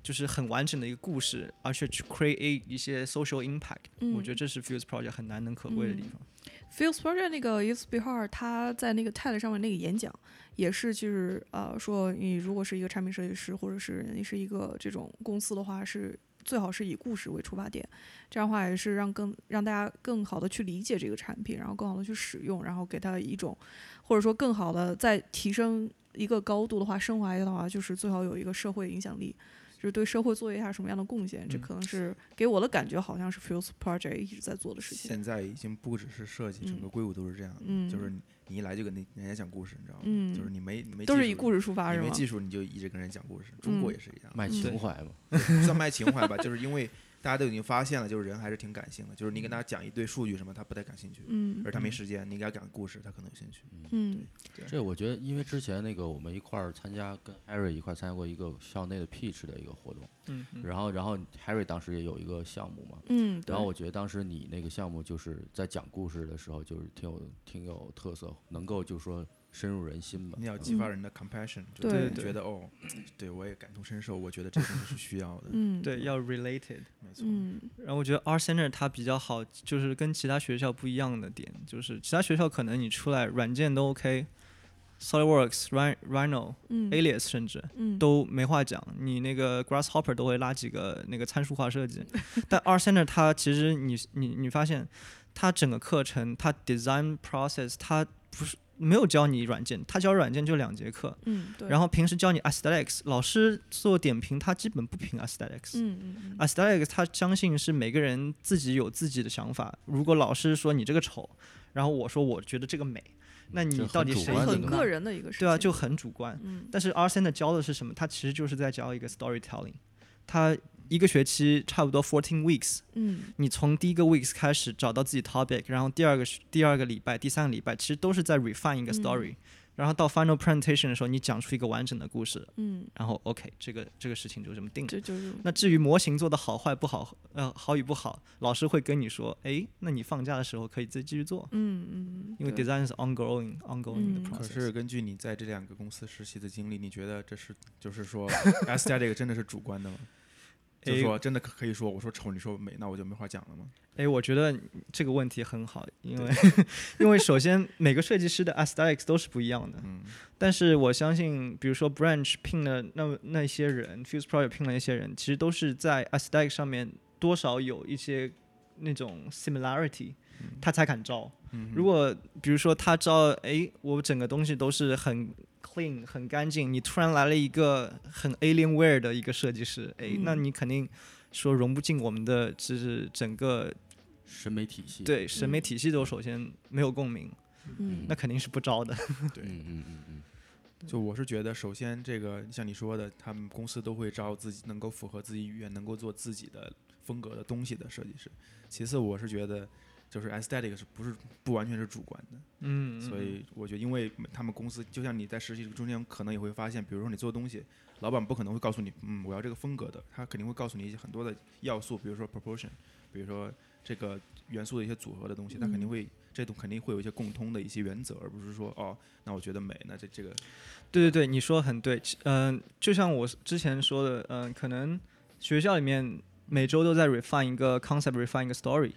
Speaker 5: 就是很完整的一个故事，而且去 create 一些 social impact、
Speaker 3: 嗯
Speaker 5: 我觉得这是 Fuse Project 很难能可贵的地方。
Speaker 3: f i e l s p r o j e c t 那个 Yes b e h a r 他在那个 TED 上面那个演讲，也是就是呃说，你如果是一个产品设计师，或者是你是一个这种公司的话，是最好是以故事为出发点，这样的话也是让更让大家更好的去理解这个产品，然后更好的去使用，然后给它一种或者说更好的再提升一个高度的话，升华的话，就是最好有一个社会影响力。就是对社会做一下什么样的贡献，这
Speaker 5: 嗯
Speaker 3: 可能是给我的感觉，好像是 Fuse Project 一直在做的事情。
Speaker 4: 现在已经不只是设计，整
Speaker 3: 嗯
Speaker 4: 个硅谷都是这样的，
Speaker 3: 嗯
Speaker 4: 就是你你一来就给那人家讲故事，你知道吗？
Speaker 3: 嗯
Speaker 4: 就是你没你没
Speaker 3: 都
Speaker 4: 技
Speaker 3: 是以
Speaker 4: 术
Speaker 3: 故事出发
Speaker 4: 你
Speaker 3: 是
Speaker 4: 没
Speaker 3: 吗？
Speaker 4: 技术你就一直跟人讲故事，中国也是一样，
Speaker 2: 卖
Speaker 3: 嗯
Speaker 2: 情
Speaker 5: 对
Speaker 2: 怀嘛。
Speaker 4: 不算卖情怀吧，就是因为大家都已经发现了，就是人还是挺感性的，就是你跟他讲一堆数据什么，他不太感兴趣，
Speaker 3: 嗯
Speaker 4: 而他没
Speaker 5: 嗯
Speaker 4: 时间，你给他讲故事，他可能有兴趣。
Speaker 3: 嗯
Speaker 2: 这我觉得，因为之前那个我们一块儿参加，跟 Harry 一块儿参加过一个校内的 Peach 的一个活动，
Speaker 5: 嗯嗯
Speaker 2: 然后然后 Harry 当时也有一个项目嘛，
Speaker 3: 嗯，对
Speaker 2: 然后我觉得当时你那个项目就是在讲故事的时候，就是挺有挺有特色，能够就是说深入人心嗯吧。
Speaker 4: 你要激发人的 compassion，就
Speaker 3: 嗯对
Speaker 4: 是
Speaker 5: 对
Speaker 4: 觉得哦，对我也感同身受，我觉得这东西是需要的，
Speaker 3: 嗯
Speaker 5: 对，要 related。
Speaker 4: 没错。
Speaker 3: 嗯
Speaker 5: 然后我觉得 R Center 它比较好，就是跟其他学校不一样的点，就是其他学校可能你出来软件都 OK，SolidWorks、Rhino、Rhino、
Speaker 3: 嗯
Speaker 5: Alias 甚至，
Speaker 3: 嗯
Speaker 5: 都没话讲，你那个 Grasshopper 都会拉几个那个参数化设计， 但 R Center 它其实你你你发现，它整个课程它 design process 它不是没有教你软件，它教软件就两节课，
Speaker 3: 嗯对，
Speaker 5: 然
Speaker 3: 后
Speaker 5: 后平时教你 aesthetics，老师做点评他基本不评 aesthetics。
Speaker 3: 嗯嗯
Speaker 5: aesthetics 他相信是每个人自己有自己的想法，如果老师说你这个丑，然后我说我觉得这个美，那
Speaker 2: 这
Speaker 5: 你
Speaker 2: 很
Speaker 5: 到底
Speaker 2: 主
Speaker 5: 谁
Speaker 2: 观
Speaker 3: 嗯，
Speaker 2: 的
Speaker 3: 很
Speaker 5: 能
Speaker 2: 东
Speaker 5: 拿
Speaker 2: 西
Speaker 3: 个人的一个事情，
Speaker 5: 对啊，就很主观。
Speaker 3: 嗯
Speaker 5: 但是 R Center 教的是什么？它其实就是在教一个 storytelling。它一个学期差不多 fourteen weeks，
Speaker 3: 嗯
Speaker 5: 你从第一个 weeks 开始找到自己 topic，然后第二个第二个礼拜、第三个礼拜，其实都是在 refine 一个
Speaker 3: 嗯
Speaker 5: story，、然后到 final presentation 的时候，你讲出一个完整的故事，
Speaker 3: 嗯，
Speaker 5: 然后 OK，这个这个事情就这么定了。
Speaker 3: 这就是
Speaker 5: 那至于模型做的好坏不好，呃，好与不好，老师会跟你说，诶，那你放假的时候可以再继续做，
Speaker 3: 嗯嗯
Speaker 5: 因因为
Speaker 2: 对
Speaker 5: design 是 ongoing ongoing 的
Speaker 3: 嗯
Speaker 5: process。
Speaker 4: 可是根据你在这两个公司实习的经历，你觉得这是就是 说 S 加这个真的是主观的吗？就是
Speaker 5: 诶
Speaker 4: 说真的可可以说我说丑你说美，那我就没话讲了吗？
Speaker 5: 哎，我觉得这个问题很好，因为 因为首先每个设计师的 aesthetics 都是不一样的，
Speaker 4: 嗯
Speaker 5: 但是我相信，比如说 Branch 聘了那那些人，Fuse Project 聘了一些人，其实都是在 aesthetic 上面多少有一些那种 similarity，
Speaker 4: 嗯
Speaker 5: 他才敢招。
Speaker 4: 嗯哼，
Speaker 5: 如果比如说他招，哎，我整个东西都是很 clean 很干净，你突然来了一个很 Alienware 的一个设计师，哎，那
Speaker 3: 嗯
Speaker 5: 你肯定说融不进我们的就是整个
Speaker 2: 审美体系。，
Speaker 4: 嗯
Speaker 5: 对审美体系都首先没有共鸣，
Speaker 3: 嗯
Speaker 5: 那肯定是不招的。
Speaker 2: 嗯嗯嗯嗯，
Speaker 4: 就我是觉得，首先这个像你说的，他们公司都会招自己能够符合自己语言、能够做自己的风格的东西的设计师。其次，我是觉得就是 aesthetic 是不是不完全是主观的，
Speaker 5: 嗯，
Speaker 4: 所以我觉得，因为他们公司就像你在实习中间可能也会发现，比如说你做东西，老板不可能会告诉你，嗯，我要这个风格的，他肯定会告诉你一些很多的要素，比如说 proportion，比如说这个元素的一些组合的东西，他肯
Speaker 3: 嗯
Speaker 4: 定会这种肯定会有一些共通的一些原则，而不是说哦，那我觉得美，那这这个
Speaker 5: 对对对，你说得很对。其嗯、就像我之前说的，嗯、可能学校里面每周都在 refine 一个 concept，refine 一个 story，、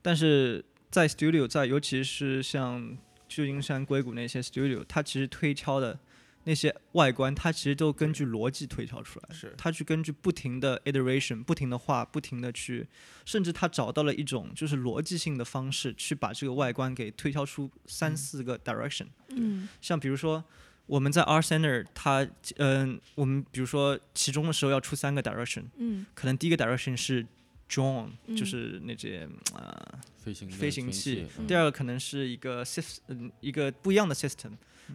Speaker 5: 但是在 studio，在尤其是像旧金山、硅谷那些 studio，它其实推敲的那些外观，它其实都根据逻辑推敲出来的。
Speaker 4: 是
Speaker 5: 他去根据不停的 iteration，不停的画，不停的去，甚至他找到了一种就是逻辑性的方式去把这个外观给推敲出三四个 direction。
Speaker 3: 嗯
Speaker 5: 像比如说我们在 R Center，它嗯、我们比如说其中的时候要出三个 direction，
Speaker 3: 嗯
Speaker 5: 可能第一个 direction 是 drawn，、
Speaker 3: 嗯
Speaker 5: 就是那些呃，
Speaker 2: 飞行的
Speaker 5: 飞行器
Speaker 2: 器。嗯
Speaker 5: 第二个可能是一个 system，、嗯一个不一样的 system，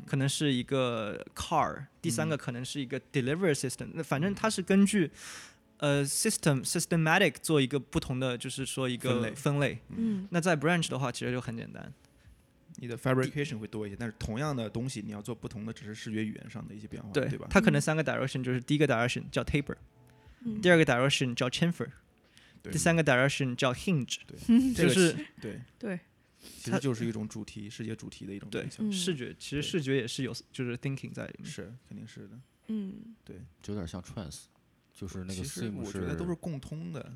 Speaker 5: 可
Speaker 4: 嗯
Speaker 5: 能是一个 car，第三个可能是一个 deliver system，那反正
Speaker 4: 嗯
Speaker 5: 它是根据。呃，system systematic 做一个不同的，就是说一个
Speaker 4: 分类
Speaker 3: 嗯
Speaker 5: 那在 branch 的话，其实就很简单，
Speaker 4: 你的 fabrication 会多一些，但是同样的东西，你要做不同的，只是视觉语言上的一些变化，对
Speaker 5: 对
Speaker 4: 吧？
Speaker 5: 它可能
Speaker 3: 嗯
Speaker 5: 三个 direction 就是第一个 direction 叫 taper，、
Speaker 3: 嗯
Speaker 5: 第二个 direction 叫 chamfer，
Speaker 4: 对
Speaker 5: 第三个 direction 叫 hinge，
Speaker 4: 这
Speaker 5: 就
Speaker 4: 个
Speaker 5: 是
Speaker 4: 对，
Speaker 3: 对，
Speaker 4: 其
Speaker 5: 它
Speaker 4: 实就是一种主题，视觉主题的一种
Speaker 5: 对
Speaker 4: 影响
Speaker 5: 视觉，其实
Speaker 4: 对
Speaker 5: 视觉也是有就是 thinking 在里面。
Speaker 4: 是肯定是的。
Speaker 3: 嗯
Speaker 2: 就有点像 trance，就是那
Speaker 4: 其
Speaker 2: 个
Speaker 4: 实
Speaker 2: sim
Speaker 4: 我觉得都是共通的。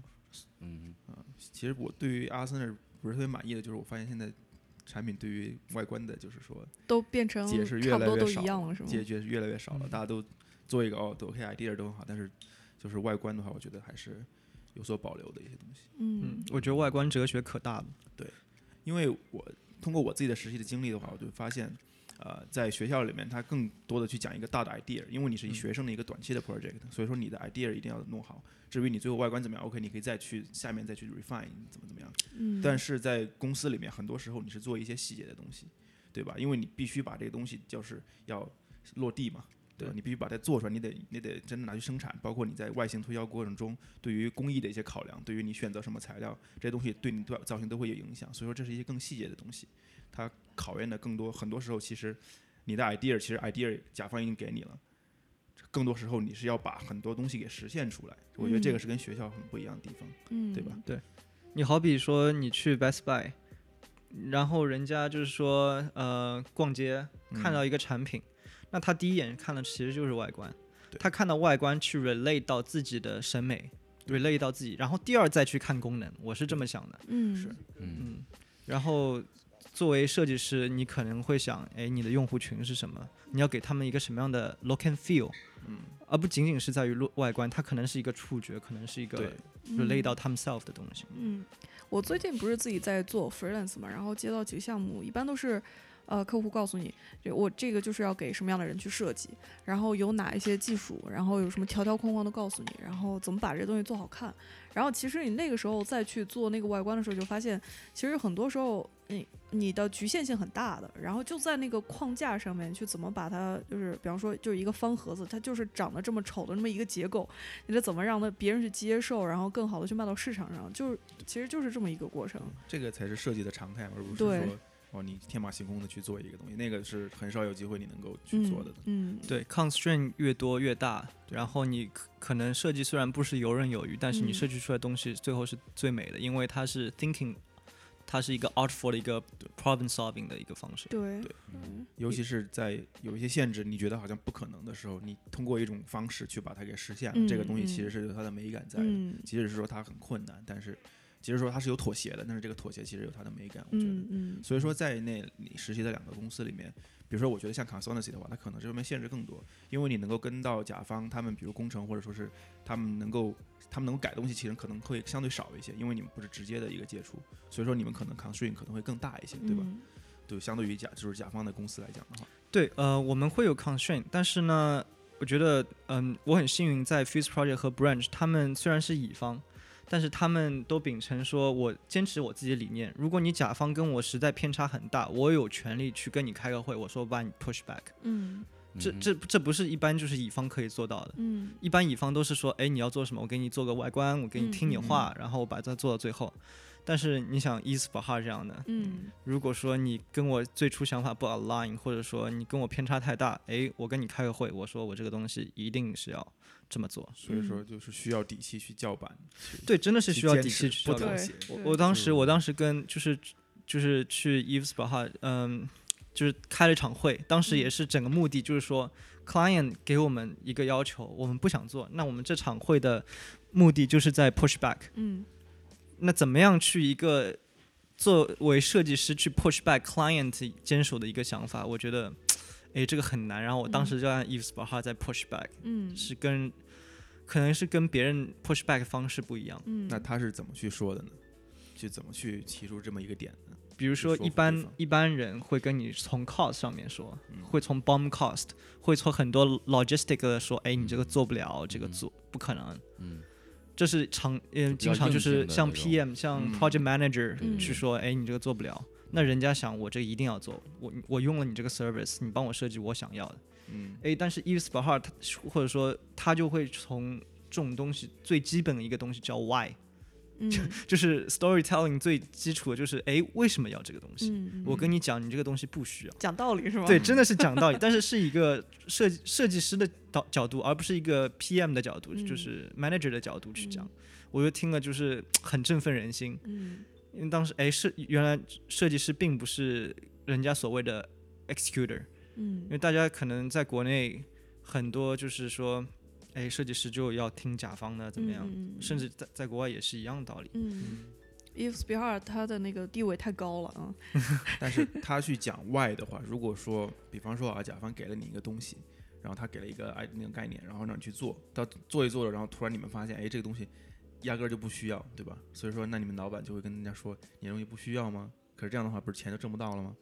Speaker 2: 嗯
Speaker 4: 其实我对于阿森纳不是特别满意的，就是我发现现在产品对于外观的，就是说
Speaker 3: 都变成
Speaker 4: 解释越
Speaker 3: 差不
Speaker 4: 来
Speaker 3: 多
Speaker 4: 越
Speaker 3: 都一
Speaker 4: 少
Speaker 3: 样了是吗？
Speaker 4: 解决是越来越少了，
Speaker 5: 嗯
Speaker 4: 大家都做一个哦，都 OK idea 都很好，但是就是外观的话，我觉得还是有所保留的一些东西。
Speaker 5: 嗯
Speaker 3: 嗯，
Speaker 5: 我觉得外观哲学可大了。
Speaker 4: 因为我通过我自己的实习的经历的话，我就发现，呃，在学校里面，他更多的去讲一个大的 idea，因为你是
Speaker 5: 嗯
Speaker 4: 以学生的一个短期的 project，、所以说你的 idea 一定要弄好。至于你最后外观怎么样，OK，你可以再去下面再去 refine 怎么怎么样。
Speaker 3: 嗯
Speaker 4: 但是在公司里面，很多时候你是做一些细节的东西，对吧？因为你必须把这个东西就是要落地嘛，对吧？你必须把它做出来，你得你得真的拿去生产。包括你在外形推销过程中，对于工艺的一些考量，对于你选择什么材料，这些东西对你造造型都会有影响。所以说，这是一些更细节的东西，它考验的更多。很多时候，其实你的 idea，其实 idea 甲方已经给你了。更多时候，你是要把很多东西给实现出来，我觉得这个
Speaker 3: 嗯
Speaker 4: 是跟学校很不一样的地方。
Speaker 3: 嗯
Speaker 4: 对吧？
Speaker 5: 你好比说你去 Best Buy，然后人家就是说呃逛街看
Speaker 4: 嗯
Speaker 5: 到一个产品，那他第一眼看的其实就是外观，
Speaker 4: 对
Speaker 5: 他看到外观去 relate 到自己的审美，relate 到自己，然后第二再去看功能，我是这么想的。
Speaker 3: 嗯
Speaker 4: 是
Speaker 2: 嗯，
Speaker 5: 嗯，然后作为设计师，你可能会想，哎，你的用户群是什么？你要给他们一个什么样的 look and feel，
Speaker 4: 嗯，
Speaker 5: 而不仅仅是在于路外观，它可能是一个触觉，可能是一
Speaker 4: 对
Speaker 5: 个
Speaker 3: 嗯
Speaker 5: relate 到他们 self 的东西。
Speaker 3: 嗯，我最近不是自己在做 freelance 嘛，然后接到几个项目，一般都是，呃，客户告诉你，我这个就是要给什么样的人去设计，然后有哪一些技术，然后有什么条条框框都告诉你，然后怎么把这东西做好看。然后其实你那个时候再去做那个外观的时候，就发现其实很多时候你你的局限性很大的，然后就在那个框架上面去怎么把它，就是比方说就是一个方盒子，它就是长得这么丑的那么一个结构，你这怎么让它别人去接受，然后更好的去卖到市场上，就是其实就是这么一个过程。
Speaker 4: 这个才是设计的常态嘛，而不是
Speaker 3: 对
Speaker 4: 说哦你天马行空的去做一个东西，那个是很少有机会你能够去做的。
Speaker 3: 嗯，嗯，
Speaker 5: 对，constraint 越多越大，然后你可可能设计虽然不是游刃有余，但是你
Speaker 3: 嗯
Speaker 5: 设计出来的东西最后是最美的，因为它是 thinking 它是一个 artful 的一个 problem solving 的一个方式。
Speaker 3: 对
Speaker 4: 对
Speaker 3: 嗯
Speaker 4: 尤其是在有一些限制你觉得好像不可能的时候，你通过一种方式去把它给实现了，这个
Speaker 3: 嗯
Speaker 4: 东西其
Speaker 3: 嗯
Speaker 4: 实是有它的美感在的。
Speaker 3: 嗯
Speaker 4: 即使是说它很困难，但是即使说它是有妥协的，但是这个妥协其实有它的美感，我觉得。
Speaker 3: 嗯嗯
Speaker 4: 所以说，在那你实习的两个公司里面，比如说，我觉得像 Consultancy 的话，它可能这方面限制更多，因为你能够跟到甲方他们，比如工程或者说是他们能够他们能够改的东西，其实可能会相对少一些，因为你们不是直接的一个接触，所以说你们可能 constraint 可能会更大一些，对吧？
Speaker 3: 嗯
Speaker 4: 对，相对于甲就是甲方的公司来讲的话，
Speaker 5: 对，呃，我们会有 constraint，但是呢，我觉得，嗯，我很幸运，在 Fuse Project 和 Branch，他们虽然是乙方，但是他们都秉承说我坚持我自己的理念。如果你甲方跟我实在偏差很大，我有权利去跟你开个会，我说我把你 push back。
Speaker 3: 嗯
Speaker 5: 这
Speaker 2: 嗯
Speaker 5: 这这不是一般就是乙方可以做到的。
Speaker 3: 嗯
Speaker 5: 一般乙方都是说，哎，你要做什么，我给你做个外观，我给你听你
Speaker 4: 嗯嗯
Speaker 5: 话，然后我把它做到最后。但是你想 e s p a r 这样的，
Speaker 3: 嗯
Speaker 5: 如果说你跟我最初想法不 align，或者说你跟我偏差太大，诶，我跟你开个会，我说我这个东西一定是要这么做。
Speaker 4: 所以
Speaker 3: 嗯
Speaker 4: 说就是需要底气去叫板，去
Speaker 5: 对，真的是
Speaker 4: 去
Speaker 5: 需要
Speaker 4: 坚
Speaker 5: 底气
Speaker 4: 持不嗯
Speaker 5: 去做
Speaker 4: 妥
Speaker 5: 的。
Speaker 4: 协。
Speaker 3: 嗯对
Speaker 5: 我当时，我当时跟就是就是去 Eves 把哈，嗯，就是开了一场会，当时也
Speaker 3: 嗯
Speaker 5: 是整个目的就是说、c l i e n t 给我们一个要求，我们不想做，那我们这场会的目的就是在 push back。
Speaker 3: 嗯
Speaker 5: 那怎么样去一个作为设计师去 push back client 坚守的一个想法？我觉得，哎，这个很难。然后我当时就按 Eves 把它在 push back，、
Speaker 3: 嗯
Speaker 5: 是跟可能是跟别人 push back 的方式不一样。
Speaker 3: 嗯
Speaker 4: 那他是怎么去说的呢？去怎么去提出这么一个点呢？
Speaker 5: 比如说
Speaker 4: 说服
Speaker 5: 一
Speaker 4: 对
Speaker 5: 般
Speaker 4: 方
Speaker 5: 一般人会跟你从 cost 上面说，
Speaker 4: 嗯
Speaker 5: 会从 bomb cost，会从很多 logistic 的说，哎，你这个做不了，这个做不可能。
Speaker 2: 嗯
Speaker 5: 这是常嗯，
Speaker 2: 比较
Speaker 5: 经常就
Speaker 2: 硬性
Speaker 5: 是
Speaker 2: 的
Speaker 5: 像
Speaker 2: 那种
Speaker 5: PM、像
Speaker 4: 嗯
Speaker 5: Project Manager
Speaker 3: 对
Speaker 5: 去说，哎，你这个做不了，那人家想我这个一定要做，我我用了你这个 service，你帮我设计我想要的，
Speaker 4: 嗯，
Speaker 5: 哎，但是 e v e s p a h a r 他或者说他就会从这种东西最基本的一个东西叫 why，
Speaker 3: 嗯
Speaker 5: 就是 storytelling 最基础的就是哎为什么要这个东西？
Speaker 3: 嗯
Speaker 5: 我跟你讲，你这个东西不需要。
Speaker 3: 讲道理是吗？
Speaker 5: 对，真的是讲道理，但是是一个设计设计师的角角度，而不是一个 PM 的角度，
Speaker 3: 嗯
Speaker 5: 就是 manager 的角度去讲
Speaker 3: 嗯。
Speaker 5: 我就听了就是很振奋人心，
Speaker 3: 嗯
Speaker 5: 因为当时哎设原来设计师并不是人家所谓的 executor，因为
Speaker 3: 嗯
Speaker 5: 大家可能在国内很多就是说，哎设计师就要听甲方的怎么样，
Speaker 3: 嗯嗯嗯
Speaker 5: 甚至在在国外也是一样的道理。
Speaker 3: 嗯。Eves b i h a r 他的那个地位太高了啊，
Speaker 4: 但是他去讲 why 的话，如果说，比方说啊，甲方给了你一个东西，然后他给了一个哎那个概念，然后让你去做，到做一做了，然后突然你们发现，哎，这个东西压根儿就不需要，对吧？所以说，那你们老板就会跟人家说，你这东西不需要吗？可是这样的话，不是钱就挣不到了吗？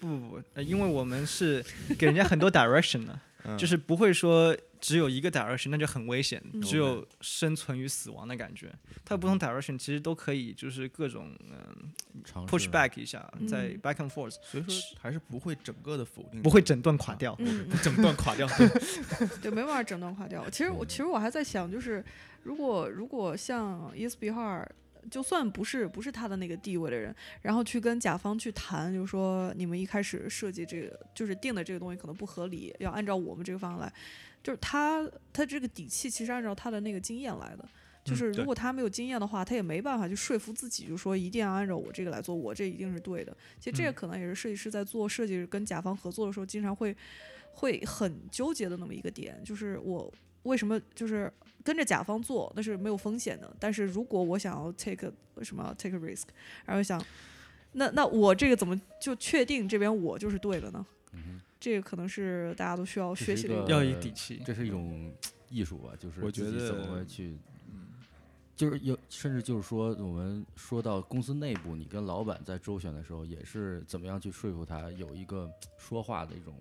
Speaker 5: 不不不，呃因为我们是给人家很多 direction 的。
Speaker 4: 嗯、
Speaker 5: 就是不会说只有一个 direction，那就很危险，
Speaker 3: 嗯
Speaker 5: 只有生存与死亡的感觉。它不同 direction 其实都可以，就是各种嗯、
Speaker 2: 尝试
Speaker 5: push back 一下，
Speaker 3: 嗯
Speaker 5: 再 back and forth，
Speaker 4: 所以说还是不会整个的否定，
Speaker 5: 不会 整段垮掉。
Speaker 3: 嗯，嗯
Speaker 4: 整段垮掉。
Speaker 3: 对，没办法整段垮掉。其实我其实我还在想，就是如果如果像 Yes b i h a r 就算不是不是他的那个地位的人，然后去跟甲方去谈，就是说你们一开始设计这个就是定的这个东西可能不合理，要按照我们这个方案来，就是他他这个底气其实按照他的那个经验来的。
Speaker 2: 嗯
Speaker 3: 就是如
Speaker 5: 对
Speaker 3: 果他没有经验的话，他也没办法去说服自己，就说一定要按照我这个来做，我这一定是对的。其实这
Speaker 5: 嗯
Speaker 3: 也可能也是设计师在做设计跟甲方合作的时候，经常会会很纠结的那么一个点，就是我为什么就是跟着甲方做那是没有风险的，但是如果我想要 take a, 什么 take a risk，然后想那那我这个怎么就确定这边我就是对的呢？这个可能是大家都需要
Speaker 2: 嗯这
Speaker 3: 学
Speaker 2: 是一
Speaker 3: 习的一
Speaker 2: 个
Speaker 3: 个
Speaker 5: 要有底气，
Speaker 2: 这是一种艺术吧，就是
Speaker 4: 我觉
Speaker 2: 自己怎么
Speaker 4: 得
Speaker 2: 会去
Speaker 4: 嗯
Speaker 2: 就是有，甚至就是说，我们说到公司内部，你跟老板在周旋的时候，也是怎么样去说服他，有一个说话的一种，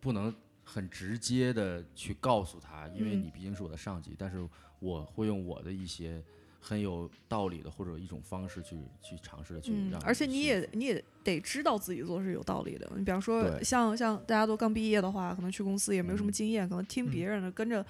Speaker 2: 不能很直接的去告诉他，因为
Speaker 3: 嗯
Speaker 2: 你毕竟是我的上级，但是我会用我的一些很有道理的或者一种方式去去尝试的去
Speaker 3: 嗯
Speaker 2: 让，
Speaker 3: 而且你
Speaker 2: 说
Speaker 3: 也
Speaker 2: 服
Speaker 3: 你也得知道自己做是有道理的。你比方说
Speaker 2: 对
Speaker 3: 像像大家都刚毕业的话，可能去公司也没有什么
Speaker 2: 嗯
Speaker 3: 经验，可能听别人的，跟着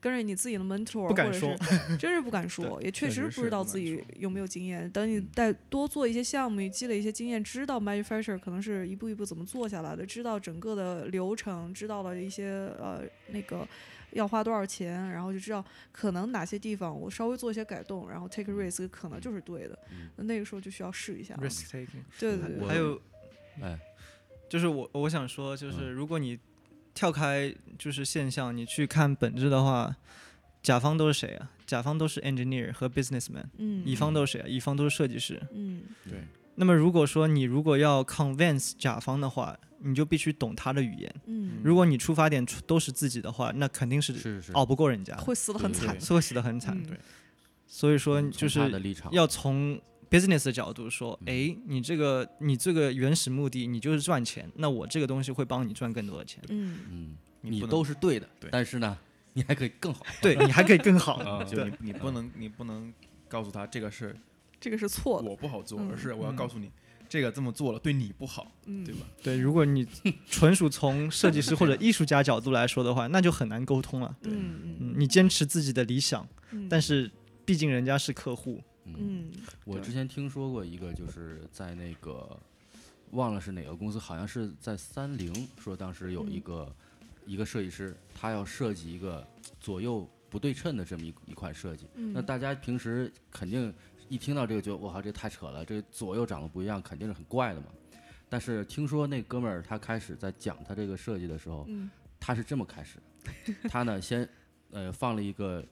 Speaker 3: 跟着你自己的 mentor，
Speaker 5: 不敢
Speaker 3: 或者
Speaker 5: 说
Speaker 3: 是真是不敢说，也确
Speaker 4: 确
Speaker 3: 实
Speaker 4: 实
Speaker 3: 不
Speaker 4: 是
Speaker 3: 知道
Speaker 4: 不
Speaker 3: 自
Speaker 4: 敢
Speaker 3: 己
Speaker 4: 说
Speaker 3: 有没有经验。等你再多做一些项目，你积累一些经验，知道 manufacture 可能是一步一步怎么做下来的，知道整个的流程，知道了一些呃那个要花多少钱，然后就知道可能哪些地方我稍微做一些改动，然后 take a risk 可能就是对的。那那个时候就需要试一下了。
Speaker 5: risk taking。
Speaker 3: 对对
Speaker 2: 我
Speaker 3: 对，
Speaker 5: 还有
Speaker 2: 哎，
Speaker 5: 就是我我想说，就是
Speaker 2: 嗯
Speaker 5: 如果你跳开就是现象，你去看本质的话，甲方都是谁啊？甲方都是 engineer 和 businessman，
Speaker 3: 嗯，
Speaker 5: 乙方都是谁啊？乙方都是设计师。
Speaker 3: 嗯
Speaker 2: 对，
Speaker 5: 那么如果说你如果要 convince 甲方的话，你就必须懂他的语言。
Speaker 3: 嗯，
Speaker 5: 如果你出发点出都是自己的话，那肯定是
Speaker 2: 是是
Speaker 4: 哦
Speaker 5: 熬不过人家，
Speaker 3: 会死的很
Speaker 2: 对
Speaker 3: 惨
Speaker 2: 对。
Speaker 5: 所以死的很惨。
Speaker 3: 嗯
Speaker 2: 对
Speaker 5: 所以说，
Speaker 2: 嗯从
Speaker 5: 就
Speaker 2: 他的
Speaker 5: 是
Speaker 2: 立场
Speaker 5: 要从 business 的角度说，
Speaker 2: 嗯
Speaker 5: 诶，你这个你这个原始目的，你就是赚钱，那我这个东西会帮你赚更多的 钱。
Speaker 3: 嗯，
Speaker 2: 嗯，
Speaker 4: 你
Speaker 2: 你
Speaker 4: 不能
Speaker 2: 都是对的，
Speaker 4: 对
Speaker 2: 但是呢，你还可以更好。
Speaker 5: 对你还可以 更好。
Speaker 2: 啊
Speaker 4: 就你你不能你不能告诉他这个是
Speaker 3: 这个是错的。
Speaker 4: 我不好做，
Speaker 3: 嗯
Speaker 4: 而是我要
Speaker 5: 嗯
Speaker 4: 告诉你这个这么做了对你不好，
Speaker 3: 嗯
Speaker 4: 对，吧？
Speaker 5: 对，如果你纯属从设计 师或者艺术家角度来说的话，那就很难沟通了。
Speaker 3: 嗯
Speaker 5: 嗯
Speaker 3: 嗯，
Speaker 5: 你坚持自己的理想，
Speaker 3: 嗯
Speaker 5: 但是毕竟人家是客户，
Speaker 3: 嗯
Speaker 2: 我
Speaker 5: 对
Speaker 2: 之前听说过一个，就是在那个忘了是哪个公司，好像是在三菱，说当时有一
Speaker 3: 嗯
Speaker 2: 个、一个设计师，他要设计一个左右不对称的这么一一款设计。
Speaker 3: 嗯，
Speaker 2: 那大家平时肯定一听到这个就我靠，这太扯了，这左右长得不一样，肯定是很怪的嘛。但是听说那哥们儿他开始在讲他这个设计的时候，
Speaker 3: 嗯
Speaker 2: 他是这么开始， 他呢先呃放了一个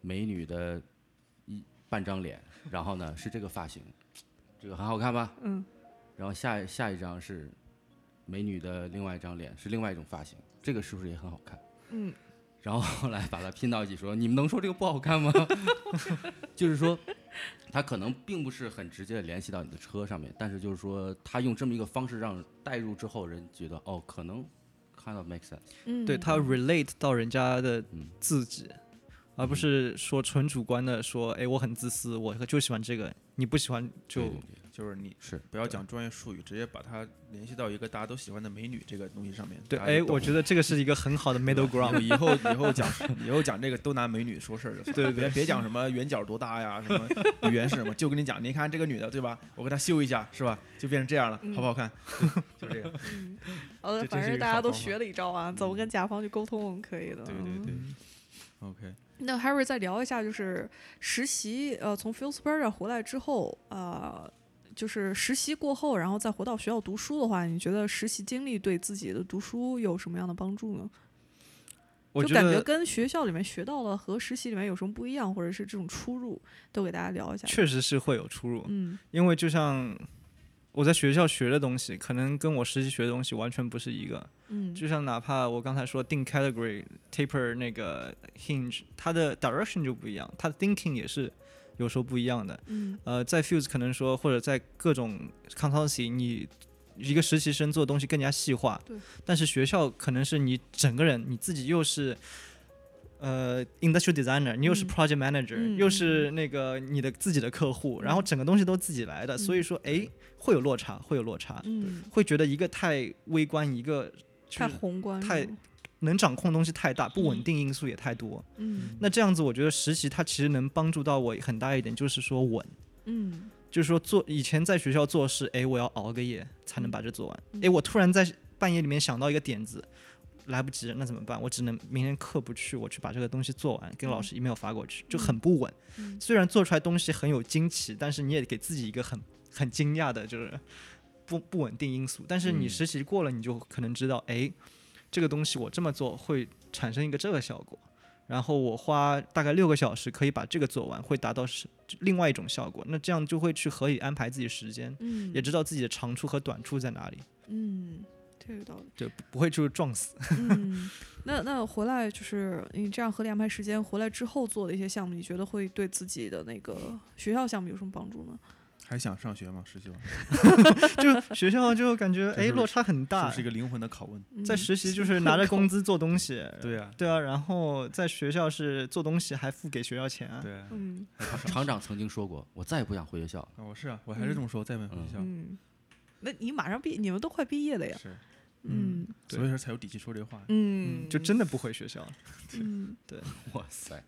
Speaker 2: 美女的一半张脸，然后呢是这个发型，这个很好看吧？
Speaker 3: 嗯
Speaker 2: 然后下一下一张是美女的另外一张脸，是另外一种发型，这个是不是也很好看？
Speaker 3: 嗯
Speaker 2: 然后后来把它拼到一起说，你们能说这个不好看吗？就是说，他可能并不是很直接的联系到你的车上面，但是就是说，他用这么一个方式让代入之后，人觉得哦，可能 kind of makes sense。
Speaker 3: 嗯，
Speaker 5: 对他 relate 到人家的
Speaker 2: 嗯
Speaker 5: 自己，而
Speaker 4: 嗯
Speaker 5: 不是说纯主观的说，哎，我很自私，我就喜欢这个，你不喜欢
Speaker 2: 对
Speaker 5: 就
Speaker 2: 对对
Speaker 4: 就是你
Speaker 2: 是
Speaker 4: 不要讲专业术语，直接把它联系到一个大家都喜欢的美女这个东西上面。
Speaker 5: 对，
Speaker 4: 大家
Speaker 5: 哎，
Speaker 4: 就懂
Speaker 5: 我觉得这个是一个很好的 middle
Speaker 4: 了
Speaker 5: ground。
Speaker 4: 以后以后讲以后讲这个都拿美女说事儿就算了，
Speaker 5: 对对
Speaker 4: 别别讲什么圆角多大呀，什么语言是什么，就跟你讲，你看这个女的对吧？我给她修一下是吧？就变成这样了，好不好看？就这个，
Speaker 3: 嗯，呃，
Speaker 4: 这真
Speaker 3: 反
Speaker 4: 是一
Speaker 3: 正
Speaker 4: 个
Speaker 3: 大家
Speaker 4: 好
Speaker 3: 都
Speaker 4: 方法
Speaker 3: 学了一招啊，怎么跟甲方去沟通可以的。
Speaker 4: 对对
Speaker 3: 嗯
Speaker 4: 对，OK，
Speaker 3: 那 Harry 再聊一下，就是实习，呃，从 f i e l d s p e r 上回来之后，呃，就是实习过后，然后再回到学校读书的话，你觉得实习经历对自己的读书有什么样的帮助呢？
Speaker 5: 我
Speaker 3: 就
Speaker 5: 觉
Speaker 3: 感觉
Speaker 5: 得
Speaker 3: 跟学校里面学到的和实习里面有什么不一样，或者是这种出入，都给大家聊一下。
Speaker 5: 确实是会有出入，
Speaker 3: 嗯
Speaker 5: 因为就像我在学校学的东西，可能跟我实际学的东西完全不是一个。
Speaker 3: 嗯
Speaker 5: 就像哪怕我刚才说定 category taper 那个 hinge，它的 direction 就不一样，它的 thinking 也是有时候不一样的。
Speaker 3: 嗯
Speaker 5: 呃，在 Fuse 可能说，或者在各种 consultancy，你一个实习生做的东西更加细化。
Speaker 3: 对。
Speaker 5: 但是学校可能是你整个人你自己又是。呃，industrial designer，你又是
Speaker 3: 嗯
Speaker 5: project manager，、
Speaker 3: 嗯
Speaker 5: 又是那个你的自己的客户，然后整个东西都自己来的，所以说，哎，会有落差，会有落差，
Speaker 3: 嗯，
Speaker 5: 会觉得一个太微观，一个
Speaker 3: 太
Speaker 5: 就是
Speaker 3: 宏观了，
Speaker 5: 太能掌控的东西太大，不稳定因素也太多。
Speaker 3: 嗯
Speaker 5: 那这样子，我觉得实习它其实能帮助到我很大一点，就是说稳。
Speaker 3: 嗯
Speaker 5: 就是说做以前在学校做事，哎，我要熬个夜才能把这做完。
Speaker 3: 嗯
Speaker 5: 哎，我突然在半夜里面想到一个点子，来不及了，那怎么办？我只能明天课不去，我去把这个东西做完，给老师 email 发过去，就很不稳。
Speaker 3: 嗯
Speaker 5: 虽然做出来东西很有惊奇，但是你也给自己一个很很惊讶的，就是不不稳定因素。但是你
Speaker 2: 嗯
Speaker 5: 实习过了，你就可能知道，
Speaker 3: 嗯
Speaker 5: 哎，这个东西我这么做会产生一个这个效果。然后我花大概六个小时可以把这个做完，会达到是另外一种效果。那这样就会去合理安排自己时间，
Speaker 3: 嗯，
Speaker 5: 也知道自己的长处和短处在哪里，
Speaker 3: 嗯，这个道理。
Speaker 5: 就不不会就是撞死。
Speaker 3: 嗯， 那那回来就是你这样合理安排时间，回来之后做的一些项目，你觉得会对自己的那个学校项目有什么帮助呢？
Speaker 4: 还想上学吗？实习完
Speaker 5: 就学校就感 觉
Speaker 4: 这
Speaker 5: 哎
Speaker 4: 是
Speaker 5: 落差很
Speaker 4: 是
Speaker 5: 大
Speaker 4: 不，是一个灵魂的拷问？
Speaker 3: 嗯、
Speaker 5: 在实习就是拿着工资做东西，
Speaker 4: 对啊，
Speaker 5: 对啊，然后在学校是做东西还付给学校钱啊，
Speaker 4: 对啊，
Speaker 3: 嗯
Speaker 2: 厂长曾经说过，我再也不想回学校了。
Speaker 4: 哦啊我是啊，我还是这么说，再没回
Speaker 2: 嗯
Speaker 4: 校。
Speaker 3: 嗯，那你马上毕，你们都快毕业了呀？
Speaker 4: 是，
Speaker 3: 嗯
Speaker 5: 对
Speaker 4: 所以说才有底气说这话。
Speaker 3: 嗯，
Speaker 5: 就真的不回学校。
Speaker 3: 嗯
Speaker 2: 哇塞，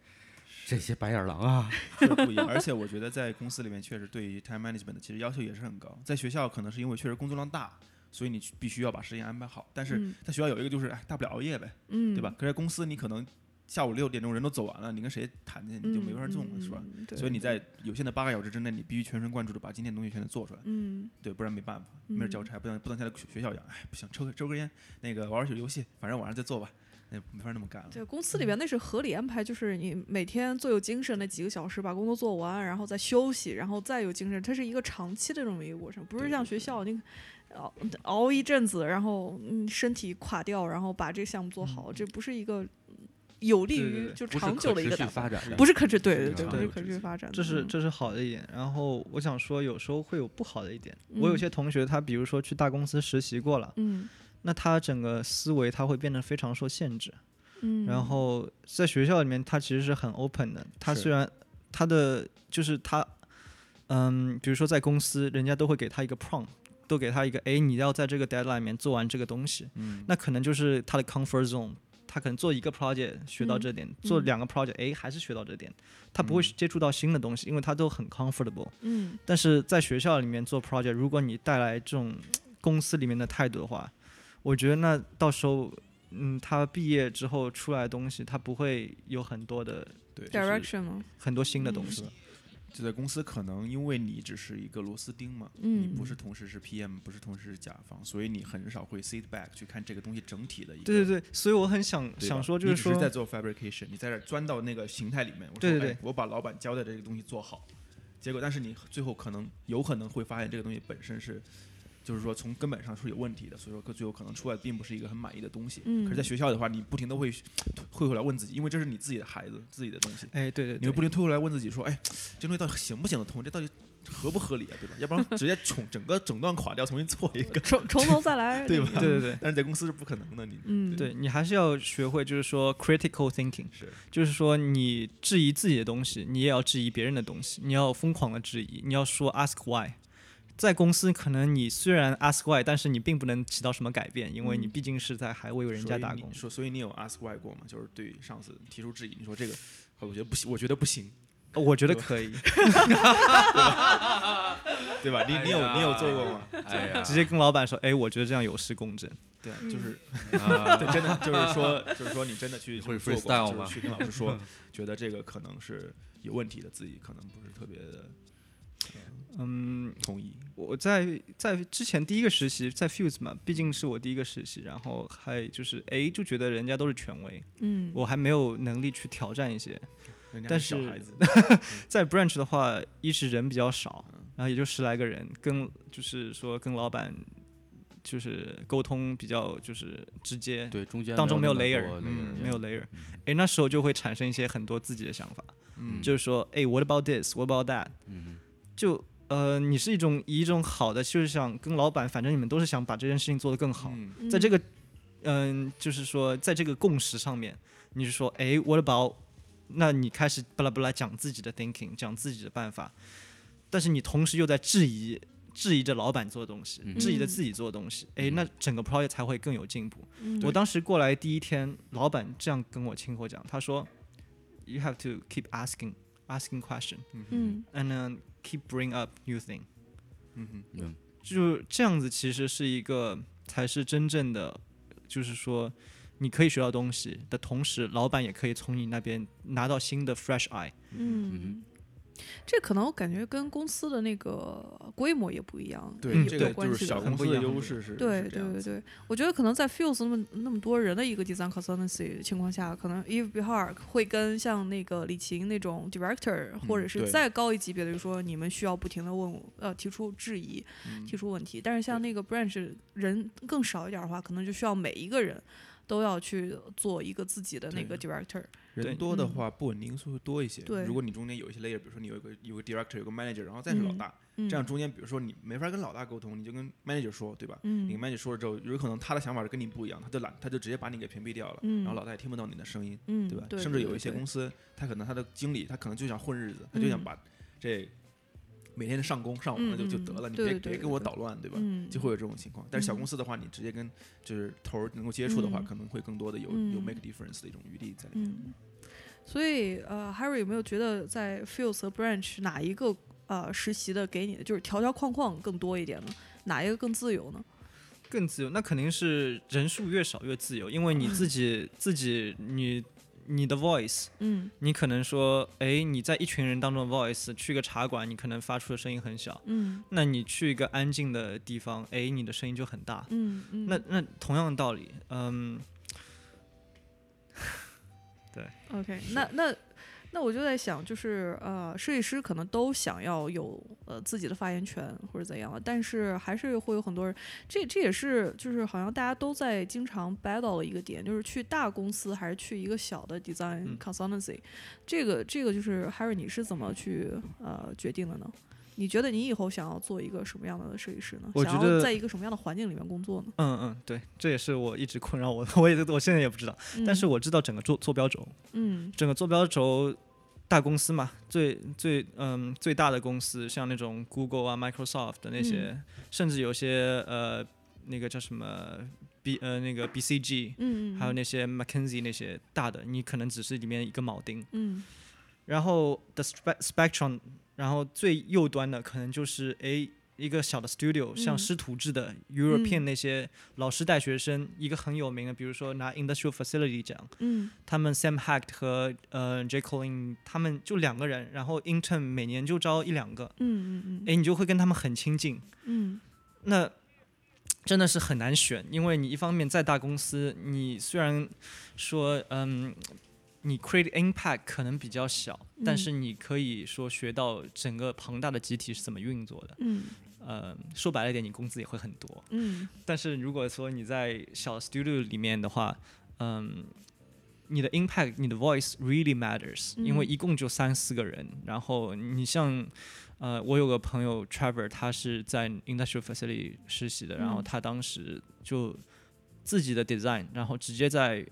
Speaker 2: 这些白眼狼 啊！
Speaker 4: 是不一样。而且我觉得在公司里面，确实对于 time management 的其实要求也是很高。在学校可能是因为确实工作量大，所以你去必须要把时间安排好。但是
Speaker 3: 嗯
Speaker 4: 在学校有一个就是，哎，大不了熬夜呗，
Speaker 3: 嗯，
Speaker 4: 对吧？可是在公司你可能下午六点钟人都走完了，你跟谁谈去？你就没法弄了，是吧？
Speaker 3: 嗯？对
Speaker 4: 所以你在有限的八个小时之内，你必须全神贯注的把今天的东西全都做出来，
Speaker 3: 嗯
Speaker 4: 对，不然没办法，没人交差，不能不能像在学校一样，哎，不行，抽个抽根烟，那个玩会儿游戏，反正晚上再做吧，那没法那么干了。
Speaker 3: 对，公司里边那是合理安排，就是你每天最有精神的几个小时把工作做完，然后再休息，然后再有精神，它是一个长期的这么一个过程，不是
Speaker 4: 对
Speaker 3: 像
Speaker 4: 对
Speaker 3: 学校你熬熬一阵子，然后嗯身体垮掉，然后把这个项目做好，这不是一个有利
Speaker 5: 对对
Speaker 3: 于
Speaker 5: 对
Speaker 3: 就
Speaker 2: 不是
Speaker 3: 长久
Speaker 2: 可
Speaker 3: 的一个
Speaker 2: 持续
Speaker 3: 打
Speaker 2: 发
Speaker 3: 法，
Speaker 2: 展的，
Speaker 3: 不是可持对对
Speaker 4: 是
Speaker 3: 对，不
Speaker 4: 长
Speaker 3: 是
Speaker 4: 久
Speaker 3: 可持
Speaker 4: 之
Speaker 3: 续
Speaker 4: 计
Speaker 3: 发展的，
Speaker 5: 这是
Speaker 3: 嗯
Speaker 5: 这是好的一点，然后我想说，有时候会有不好的一点。我有
Speaker 3: 嗯
Speaker 5: 些同学，他比如说去大公司实习过了，
Speaker 3: 嗯
Speaker 5: 那他整个思维他会变得非常受限制。
Speaker 3: 嗯，
Speaker 5: 然后在学校里面，他其实是很 open 的。他
Speaker 2: 是
Speaker 5: 虽然他的就是他，嗯，比如说在公司，人家都会给他一个 prompt，都给他一个，哎，你要在这个 deadline 里面做完这个东西。
Speaker 4: 嗯，
Speaker 5: 那可能就是他的 comfort zone，他可能做一个 project 学到
Speaker 3: 嗯
Speaker 5: 这点，做
Speaker 3: 嗯
Speaker 5: 两个 project，哎，还是学到这点。他不会
Speaker 4: 嗯
Speaker 5: 接触到新的东西，因为他都很 comfortable。
Speaker 3: 嗯
Speaker 5: 但是在学校里面做 project，如果你带来这种公司里面的态度的话，我觉得那到时候，嗯，他毕业之后出来的东西，他不会有很多的
Speaker 4: 对就是
Speaker 3: direction 嘛，
Speaker 5: 很多新的东
Speaker 4: 是
Speaker 5: 西
Speaker 4: 的。就在公司，可能因为你只是一个螺丝钉嘛，你
Speaker 3: 嗯
Speaker 4: 不是同时是 PM，不是同时是甲方，所以你很少会 sit back 去看这个东西整体的一个。
Speaker 5: 对对对，所以我很想
Speaker 4: 对吧啊
Speaker 5: 想说，就
Speaker 4: 你
Speaker 5: 是
Speaker 4: 只
Speaker 5: 说，
Speaker 4: 在做 fabrication，你在这儿钻到那个形态里面。我说
Speaker 5: 对对对
Speaker 4: 哎我把老板交代的这个东西做好，结果但是你最后可能有可能会发现这个东西本身是，就是说从根本上是有问题的，所以说最后可能出来并不是一个很满意的东西。
Speaker 3: 嗯
Speaker 4: 可是，在学校的话，你不停的会会回来问自己，因为这是你自己的孩子，自己的东西。
Speaker 5: 哎，对对
Speaker 4: 你会
Speaker 5: 对，
Speaker 4: 不停退回来问自己说，哎，这东西到底行不行得通？这到底合不合理啊？对吧？要不然直接重整个整段垮掉，重新做一个。
Speaker 3: 从从头再来，
Speaker 4: 对吧
Speaker 5: 对对对。
Speaker 4: 但是在公司是不可能的，你
Speaker 3: 嗯
Speaker 5: 对你还是要学会，就是说 critical thinking，
Speaker 4: 是
Speaker 5: 就是说你质疑自己的东西，你也要质疑别人的东西，你要疯狂的质疑，你要说 ask why。在公司，可能你虽然 ask why，但是你并不能起到什么改变，因为你
Speaker 3: 嗯
Speaker 5: 毕竟是在还为人
Speaker 4: 所
Speaker 5: 家
Speaker 4: 以
Speaker 5: 打
Speaker 4: 你
Speaker 5: 工。
Speaker 4: 说，所以你有 ask why 过吗？就是对上司提出质疑，你说这个，我觉得不行，我觉得不行，
Speaker 5: 呃我觉得
Speaker 4: 对吧
Speaker 5: 可以，
Speaker 4: 对吧？你你有你有做过吗？
Speaker 2: 哎呀，
Speaker 5: 直接跟老板说，哎，我觉得这样有失公正。
Speaker 4: 对啊，
Speaker 3: 嗯
Speaker 4: 就是
Speaker 2: 啊
Speaker 4: 对，真的就是说，就是说你真的去
Speaker 2: 你会
Speaker 4: 做过
Speaker 2: freestyle
Speaker 4: 就
Speaker 2: 吗
Speaker 4: 是去跟老师说，觉得这个可能是有问题的，自己可能不是特别的
Speaker 5: 嗯，
Speaker 4: 同意。
Speaker 5: 我在在之前第一个实习在 Fuse 嘛，毕竟是我第一个实习，然后还就是哎就觉得人家都是权威，
Speaker 3: 嗯，
Speaker 5: 我还没有能力去挑战一些。
Speaker 4: 人家
Speaker 5: 但
Speaker 4: 小
Speaker 5: 是
Speaker 4: 孩 子，
Speaker 5: 在 branch 的话，一是人比较少，然后也就十来个人，跟就是说跟老板就是沟通比较就是直接，
Speaker 2: 对中间
Speaker 5: 当中没有
Speaker 2: 那么
Speaker 5: layer，
Speaker 2: 多
Speaker 4: 嗯
Speaker 5: 没有 layer。哎，那时候就会产生一些很多自己的想法，
Speaker 4: 嗯，
Speaker 5: 就是说，哎，what about this？what about that？
Speaker 2: 嗯
Speaker 5: 就呃，你是一种以一种好的，就是想跟老板，反正你们都是想把这件事情做得更好，
Speaker 4: 嗯
Speaker 5: 在这
Speaker 3: 嗯
Speaker 5: 个嗯、就是说在这个共识上面，你就说，哎，what about？那你开始巴拉巴拉讲自己的 thinking，讲自己的办法，但是你同时又在质疑。质疑着老板做的东西，质疑着
Speaker 3: 嗯
Speaker 5: 自己做的东西，哎、
Speaker 2: 嗯
Speaker 5: 那整个 project 才会更有进步。
Speaker 3: 嗯
Speaker 5: 我当时过来第一天，老板这样跟我亲口讲，他说，You have to keep asking, asking question,
Speaker 3: 嗯
Speaker 5: and then keep bring up new thing。
Speaker 4: 嗯哼。
Speaker 2: 嗯
Speaker 5: 就这样子，其实是一个才是真正的，就是说你可以学到东西的同时，老板也可以从你那边拿到新的 fresh eye。
Speaker 3: 嗯，这可能我感觉跟公司的那个规模也不一样，
Speaker 4: 对，
Speaker 5: 嗯
Speaker 3: 也
Speaker 4: 这
Speaker 3: 有
Speaker 4: 个
Speaker 3: 关
Speaker 4: 就是
Speaker 3: 系的
Speaker 4: 小
Speaker 5: 很
Speaker 4: 公
Speaker 5: 不
Speaker 4: 司
Speaker 5: 一
Speaker 4: 的
Speaker 5: 样很
Speaker 4: 优
Speaker 5: 不一
Speaker 4: 势是
Speaker 3: 对
Speaker 4: 是这
Speaker 3: 对
Speaker 4: 样
Speaker 3: 对
Speaker 4: 子
Speaker 3: 对，我觉得可能在 Fuse 那么那么多人的一个 design consultancy 情况下，可能 Eve Bihar 会跟像那个李琴那种 director，、或者是
Speaker 4: 嗯对
Speaker 3: 再高一级别的，就说你们需要不停的问我呃提出质疑、
Speaker 4: 嗯
Speaker 3: 提出问题。但是像那个 branch 人更少一点的话，可能就需要每一个人都要去做一个自己的那个 director。
Speaker 5: 对
Speaker 4: 人多的
Speaker 3: 嗯
Speaker 4: 话，不稳定因素会多一些。
Speaker 3: 对
Speaker 4: 如果你中间有一些 layer，比如说你有一个有个 director，有个 manager，然后再是老
Speaker 3: 嗯
Speaker 4: 大，
Speaker 3: 嗯，
Speaker 4: 这样中间比如说你没法跟老大沟通，你就跟 manager 说，对吧？你
Speaker 3: 嗯
Speaker 4: 跟 manager 说了之后，有可能他的想法是跟你不一样，他就懒，他就直接把你给屏蔽掉了，然后
Speaker 3: 嗯
Speaker 4: 老大也听不到你的声音，
Speaker 3: 嗯，
Speaker 4: 对吧？
Speaker 3: 对
Speaker 4: 甚至
Speaker 3: 对
Speaker 4: 有
Speaker 3: 对
Speaker 4: 一些
Speaker 3: 对
Speaker 4: 公司，他可能他的经理他可能就想混日子，他就想
Speaker 3: 嗯
Speaker 4: 把这每天上工上完了就就
Speaker 3: 嗯嗯
Speaker 4: 得了，你
Speaker 3: 对
Speaker 4: 别
Speaker 3: 对
Speaker 4: 别
Speaker 3: 对
Speaker 4: 给我
Speaker 3: 对
Speaker 4: 捣乱，对吧？
Speaker 3: 嗯，
Speaker 4: 就会有这种情况。但是小公司的话，你直接跟就是头儿能够接触的话，
Speaker 3: 嗯
Speaker 4: 可能会更多的有有
Speaker 3: 嗯
Speaker 4: make difference 的一种余地在里面。
Speaker 3: 嗯，所以呃，Harry 有没有觉得在 Fields 和 Branch 哪一个呃实习的给你的就是条条框框更多一点呢？哪一个更自由呢？
Speaker 5: 更自由，那肯定是人数越少越自由，因为你自己自己你你的 voice，
Speaker 3: 嗯
Speaker 5: 你可能说，哎，你在一群人当中的 voice，去个茶馆，你可能发出的声音很小，
Speaker 3: 嗯
Speaker 5: 那你去一个安静的地方，哎，你的声音就很大。
Speaker 3: 嗯嗯，
Speaker 5: 那那同样的道理，嗯，
Speaker 3: OK，那那那我就在想，就是呃，设计师可能都想要有呃自己的发言权或者怎样，但是还是会有很多人，这这也是就是好像大家都在经常 battle 的一个点，就是去大公司还是去一个小的 design
Speaker 5: 嗯
Speaker 3: consultancy，、这个这个就是 Harry 你是怎么去呃决定的呢？你觉得你以后想要做一个什么样的设计师呢？
Speaker 5: 我
Speaker 3: 想
Speaker 5: 觉
Speaker 3: 要
Speaker 5: 得
Speaker 3: 在一个什么样的环境里面工作呢？
Speaker 5: 嗯嗯，对，这也是我一直困扰我的，我也我现在也不知道，但是
Speaker 3: 嗯
Speaker 5: 我知道整个坐坐标轴，
Speaker 3: 嗯
Speaker 5: 整个坐标轴大公司嘛，最最嗯最大的公司，像那种 Google 啊、Microsoft 的那些，
Speaker 3: 嗯
Speaker 5: 甚至有些呃那个叫什么 B 呃那个 BCG，
Speaker 3: 嗯，嗯
Speaker 5: 还
Speaker 3: 嗯
Speaker 5: 有那些 McKinsey 那些大的，你可能只是里面一个铆钉。
Speaker 3: 嗯
Speaker 5: 然后 the spe- spectrum，然后最右端的可能就是诶一个小的 studio，、像
Speaker 3: 嗯
Speaker 5: 师徒制的 European 那些老师带学生，一个很有名的，比如说拿 Industrial Facility 奖，
Speaker 3: 嗯
Speaker 5: 他们 Sam Hacked 和呃 J Colin 他们就两个人，然后 intern 每年就招一两个，
Speaker 3: 嗯嗯嗯
Speaker 5: 诶，你就会跟他们很亲近，
Speaker 3: 嗯
Speaker 5: 那真的是很难选，因为你一方面在大公司，你虽然说嗯，你 create impact 可能比较小，但是你可以说学到整个庞大的集体是怎么运作的。
Speaker 3: 嗯
Speaker 5: 呃，说白了一点，你工资也会很多。
Speaker 3: 嗯
Speaker 5: 但是如果说你在小 studio 里面的话，嗯。你的 impact，你的 voice really matters，、因为
Speaker 3: 嗯
Speaker 5: 一共就三四个人。然后你像，呃，我有个朋友 Trevor，他是在 industrial facility 实习的，然后
Speaker 3: 嗯
Speaker 5: 他当时就自己的 design，然后直接在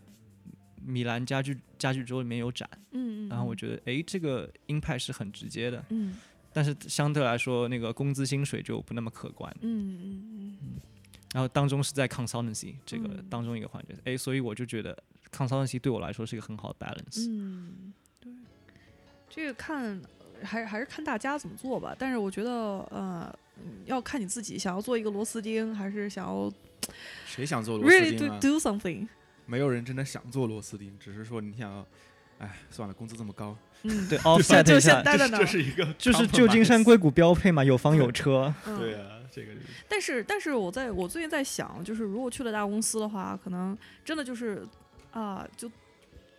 Speaker 5: 米兰家具家具周里面有展。
Speaker 3: 嗯，
Speaker 5: 然后我
Speaker 3: 得，
Speaker 5: 觉得，诶，这个 impact 是很直接的，
Speaker 3: 嗯
Speaker 5: 但是相对来说，那个工资薪水就不那么可观。
Speaker 3: 嗯嗯嗯
Speaker 5: 然后当中是在 consultancy 这个
Speaker 3: 嗯
Speaker 5: 当中一个环节，哎，所以我就觉得 consultancy 对我来说是一个很好的 balance。
Speaker 3: 嗯，对，这个看呃还是还是看大家怎么做吧。但是我觉得，呃，嗯要看你自己想要做一个螺丝钉，还是想要
Speaker 4: 谁想做螺丝
Speaker 3: really
Speaker 4: 钉
Speaker 3: do
Speaker 4: 啊？
Speaker 3: do something。
Speaker 4: 没有人真的想做螺丝钉，只是说你想要，哎，算了，工资这么高，
Speaker 3: 嗯，
Speaker 5: 对
Speaker 3: 就
Speaker 5: ，offset
Speaker 3: 就
Speaker 5: 一
Speaker 3: 想
Speaker 5: 下，
Speaker 3: 待在那
Speaker 4: 这
Speaker 3: 儿。
Speaker 4: 是一个
Speaker 5: 就是旧金山
Speaker 4: compromise
Speaker 5: 硅谷标配嘛，有房有车。
Speaker 3: 嗯
Speaker 4: 对啊，这个是
Speaker 3: 但是，但是我在我最近在想，就是如果去了大公司的话，可能真的就是啊、就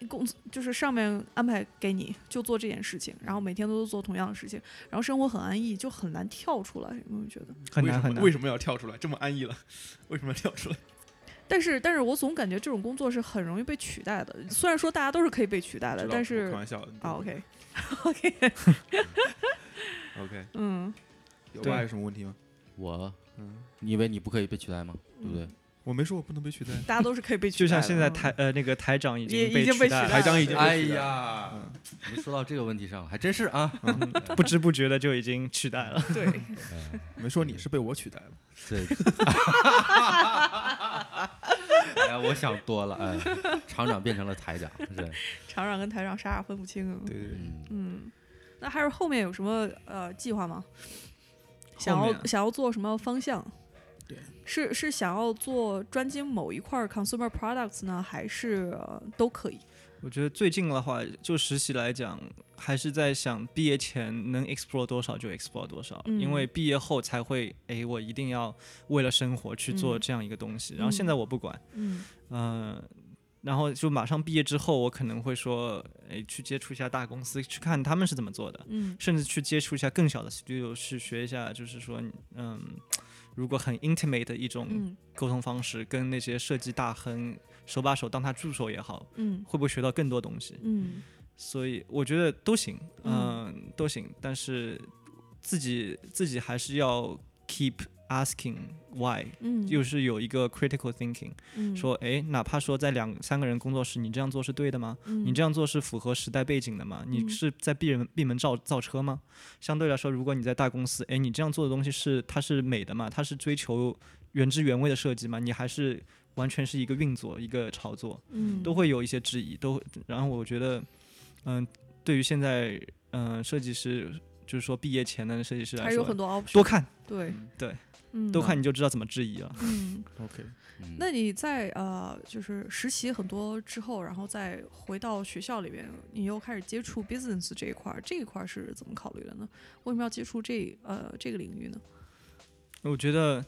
Speaker 3: 工资就是上面安排给你就做这件事情，然后每天都做同样的事情，然后生活很安逸，就很难跳出来。你们觉得？
Speaker 5: 很
Speaker 4: 为
Speaker 5: 难
Speaker 4: 什
Speaker 5: 很
Speaker 4: 么
Speaker 5: 难
Speaker 4: 为什么要跳出来？这么安逸了，为什么要跳出来？
Speaker 3: 但是，但是我总感觉这种工作是很容易被取代的。虽然说大家都是可以被取代
Speaker 4: 知
Speaker 3: 的，
Speaker 4: 道
Speaker 3: 但
Speaker 4: 我
Speaker 3: 是
Speaker 4: 开玩笑的你
Speaker 3: 啊
Speaker 4: 懂的
Speaker 3: ，OK，OK，、OK，
Speaker 4: OK，
Speaker 3: 嗯，
Speaker 4: 有
Speaker 5: 对
Speaker 4: 吧？有什么问题吗？
Speaker 2: 我，
Speaker 4: 嗯，
Speaker 2: 你以为你不可以被取代吗？对不对？
Speaker 4: 我没说我不能被取代，
Speaker 3: 大家都是可以被取
Speaker 5: 就
Speaker 3: 代的。
Speaker 5: 像现在
Speaker 3: 嗯
Speaker 5: 台呃那个台长已
Speaker 3: 也
Speaker 5: 经
Speaker 3: 已经被
Speaker 5: 取代
Speaker 3: 取
Speaker 5: 了，
Speaker 3: 代
Speaker 4: 台长已经
Speaker 2: 哎
Speaker 4: 被取代了，嗯
Speaker 2: 呀，你说到这个问题上了，还真是啊。
Speaker 5: 不知不觉的就已经取代 了。
Speaker 3: 对，
Speaker 4: 没说你是被我取代了。
Speaker 2: 对，哎呀，我想多了，哎，厂长变成了台长，对，
Speaker 3: 厂长跟台长啥也分不清。啊
Speaker 4: 对对对，
Speaker 2: 嗯，
Speaker 3: 嗯，那还是后面有什么呃计划吗？想
Speaker 5: 后
Speaker 3: 要
Speaker 5: 面啊
Speaker 3: 想要做什么方向？
Speaker 4: 对，
Speaker 3: 是是想要做专精某一块儿 consumer products 呢，还是、呃都可以？
Speaker 5: 我觉得最近的话，就实习来讲，还是在想毕业前能 explore 多少就 explore 多少，
Speaker 3: 嗯
Speaker 5: 因为毕业后才会，哎，我一定要为了生活去做
Speaker 3: 嗯
Speaker 5: 这样一个东西。然后现
Speaker 3: 嗯
Speaker 5: 在我不管，
Speaker 3: 嗯
Speaker 5: 嗯，然后就马上毕业之后，我可能会说，哎，去接触一下大公司，去看他们是怎么做的，
Speaker 3: 嗯
Speaker 5: 甚至去接触一下更小的 studio，去学一下，就是说，嗯，如果很 intimate 的一种
Speaker 3: 嗯
Speaker 5: 沟通方式，跟那些设计大亨手把手当他助手也好，
Speaker 3: 嗯
Speaker 5: 会不会学到更多东西？
Speaker 3: 嗯
Speaker 5: 所以我觉得都行，
Speaker 3: 嗯
Speaker 5: 嗯，都行，但是自己自己还是要 keep asking why，
Speaker 3: 嗯，
Speaker 5: 就是有一个 critical thinking，
Speaker 3: 嗯
Speaker 5: 说诶，哪怕说在两三个人工作室，你这样做是对的吗？你这样做是符合时代背景的吗？你
Speaker 3: 嗯
Speaker 5: 是在闭门闭门造造车吗？相对来说，如果你在大公司，诶，你这样做的东西是它是美的吗？它是追求原汁原味的设计吗？你还是完全是一个运作一个炒作，
Speaker 3: 嗯
Speaker 5: 都会有一些质疑，都会然后我觉得，嗯、对于现在嗯、呃设计师就是说毕业前的设计师来
Speaker 3: 还有
Speaker 5: 说，
Speaker 3: 很多 option，
Speaker 5: 多看
Speaker 3: 对
Speaker 4: 嗯
Speaker 5: 对
Speaker 3: 嗯
Speaker 5: 多看你就知道怎么质疑了。
Speaker 3: 嗯。
Speaker 4: OK，
Speaker 2: 嗯
Speaker 3: 那你在呃，就是实习很多之后，然后再回到学校里边，你又开始接触 business 这一块儿，这一块儿是怎么考虑的呢？为什么要接触这呃这个领域呢？
Speaker 5: 我觉得，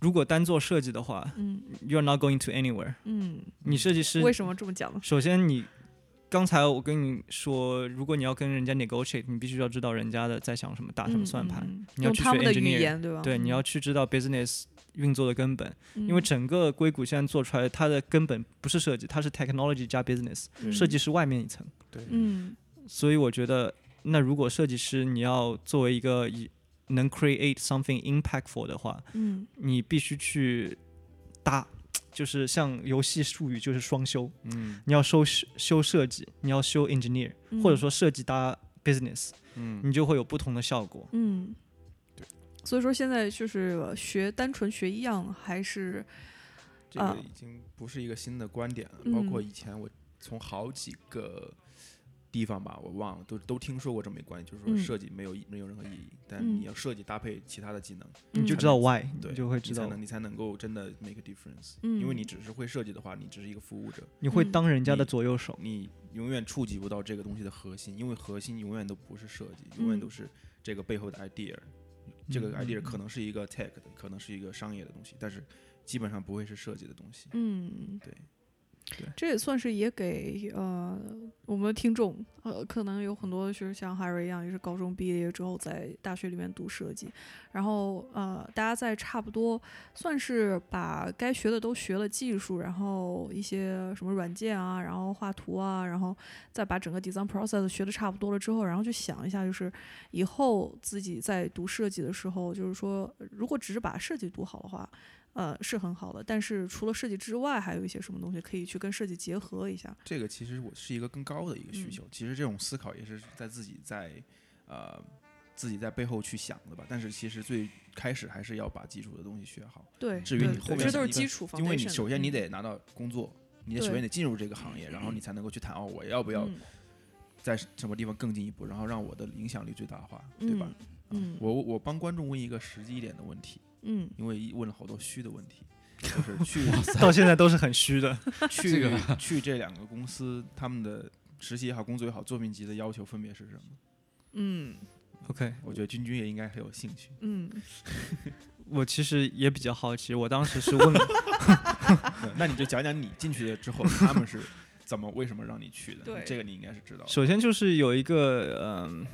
Speaker 5: 如果单做设计的话
Speaker 3: 嗯
Speaker 5: ，you're not going to anywhere。
Speaker 3: 嗯，
Speaker 5: 你设计师
Speaker 3: 为什么这么讲呢？
Speaker 5: 首先你刚才我跟你说，如果你要跟人家 negotiate，你必须要知道人家的在想什么，打什么
Speaker 3: 嗯
Speaker 5: 算盘，
Speaker 3: 嗯嗯
Speaker 5: 你要
Speaker 3: 用
Speaker 5: 去
Speaker 3: 他
Speaker 5: 学
Speaker 3: 们的语
Speaker 5: engineer
Speaker 3: 言对吧？
Speaker 5: 对，你要去知道 business 运作的根本，
Speaker 3: 嗯
Speaker 5: 因为整个硅谷现在做出来，它的根本不是设计，它是 technology 加 business，、
Speaker 3: 嗯
Speaker 5: 设计是外面一层，
Speaker 4: 对，
Speaker 3: 嗯
Speaker 5: 所以我觉得，那如果设计师你要作为一个以能 create something impactful 的话，
Speaker 3: 嗯
Speaker 5: 你必须去搭，就是像游戏术语就是双修，
Speaker 4: 嗯
Speaker 5: 你要修修设计，你要修 engineer，、
Speaker 3: 嗯
Speaker 5: 或者说设计搭 business，
Speaker 4: 嗯
Speaker 5: 你就会有不同的效果。
Speaker 3: 嗯，
Speaker 4: 对。
Speaker 3: 所以说现在就是呃学单纯学一样还是
Speaker 4: 这个
Speaker 3: 啊
Speaker 4: 已经不是一个新的观点了，
Speaker 3: 嗯
Speaker 4: 包括以前我从好几个地方吧，我忘了，都都听说过这么一个观点，就是说
Speaker 3: 嗯
Speaker 4: 设计没有意没有任何意义，但
Speaker 3: 嗯
Speaker 4: 你要设计搭配其他的技能，
Speaker 5: 你就
Speaker 3: 嗯
Speaker 5: 知道 why，
Speaker 4: 对，
Speaker 5: 你就会
Speaker 4: 你
Speaker 5: 知
Speaker 4: 才
Speaker 5: 道，
Speaker 4: 能你才能够真的 make a difference，
Speaker 3: 嗯
Speaker 4: 因为你只是会设计的话，你只是一个服务者，
Speaker 5: 你会
Speaker 3: 嗯
Speaker 5: 当人家的
Speaker 4: 你
Speaker 5: 左右手。
Speaker 4: 你永远触及不到这个东西的核心，因为核心永远都不是设计，永远
Speaker 3: 嗯
Speaker 4: 都是这个背后的 idea。这个
Speaker 5: 嗯
Speaker 4: idea
Speaker 5: 嗯
Speaker 4: 可能是一个 tech 的，可能是一个商业的东西，但是基本上不会是设计的东西。
Speaker 3: 嗯，
Speaker 4: 对
Speaker 5: 对
Speaker 3: 这也算是也给呃我们的听众，呃，可能有很多就是像 Harry 一样，也是高中毕业之后在大学里面读设计，然后呃，大家在差不多算是把该学的都学了，技术，然后一些什么软件啊，然后画图啊，然后再把整个 design process 学的差不多了之后，然后去想一下，就是以后自己在读设计的时候，就是说如果只是把设计读好的话，呃，是很好的。但是除了设计之外，还有一些什么东西可以去跟设计结合一下？
Speaker 4: 这个其实我是一个更高的一个需
Speaker 3: 嗯
Speaker 4: 求。其实这种思考也是在自己在呃自己在背后去想的吧。但是其实最开始还是要把基础的东西学好，
Speaker 3: 对，
Speaker 4: 至于
Speaker 3: 对
Speaker 4: 你后面
Speaker 3: 这都是
Speaker 4: 是一个
Speaker 3: 基础，
Speaker 4: 因为你首先你
Speaker 3: foundation 嗯
Speaker 4: 得拿到工作，你得
Speaker 3: 对
Speaker 4: 首先得进入这个行业，然后你才能够去谈哦，我要不
Speaker 3: 的
Speaker 4: 要
Speaker 3: 嗯
Speaker 4: 在什么地方更进一步，然后让我的影响力最大化，对吧？啊
Speaker 3: 嗯
Speaker 4: 我我帮观众问一个实际一点的问题，
Speaker 3: 嗯
Speaker 4: 因为问了好多虚的问题， 就是去
Speaker 5: 到现在都是很虚 的。
Speaker 4: 去、去这两个公司，他们的实习也好，工作也好，作品集的要求分别是什么？
Speaker 3: 嗯
Speaker 5: OK，
Speaker 4: 我觉得君君也应该很有兴趣。
Speaker 3: 嗯嗯，
Speaker 5: 我其实也比较好奇，我当时 是问
Speaker 4: 对那你就讲讲你进去了之后，他们是怎么为什么让你去的？
Speaker 3: 对
Speaker 4: 这个你应该是知道的。
Speaker 5: 首先就是有一个，嗯、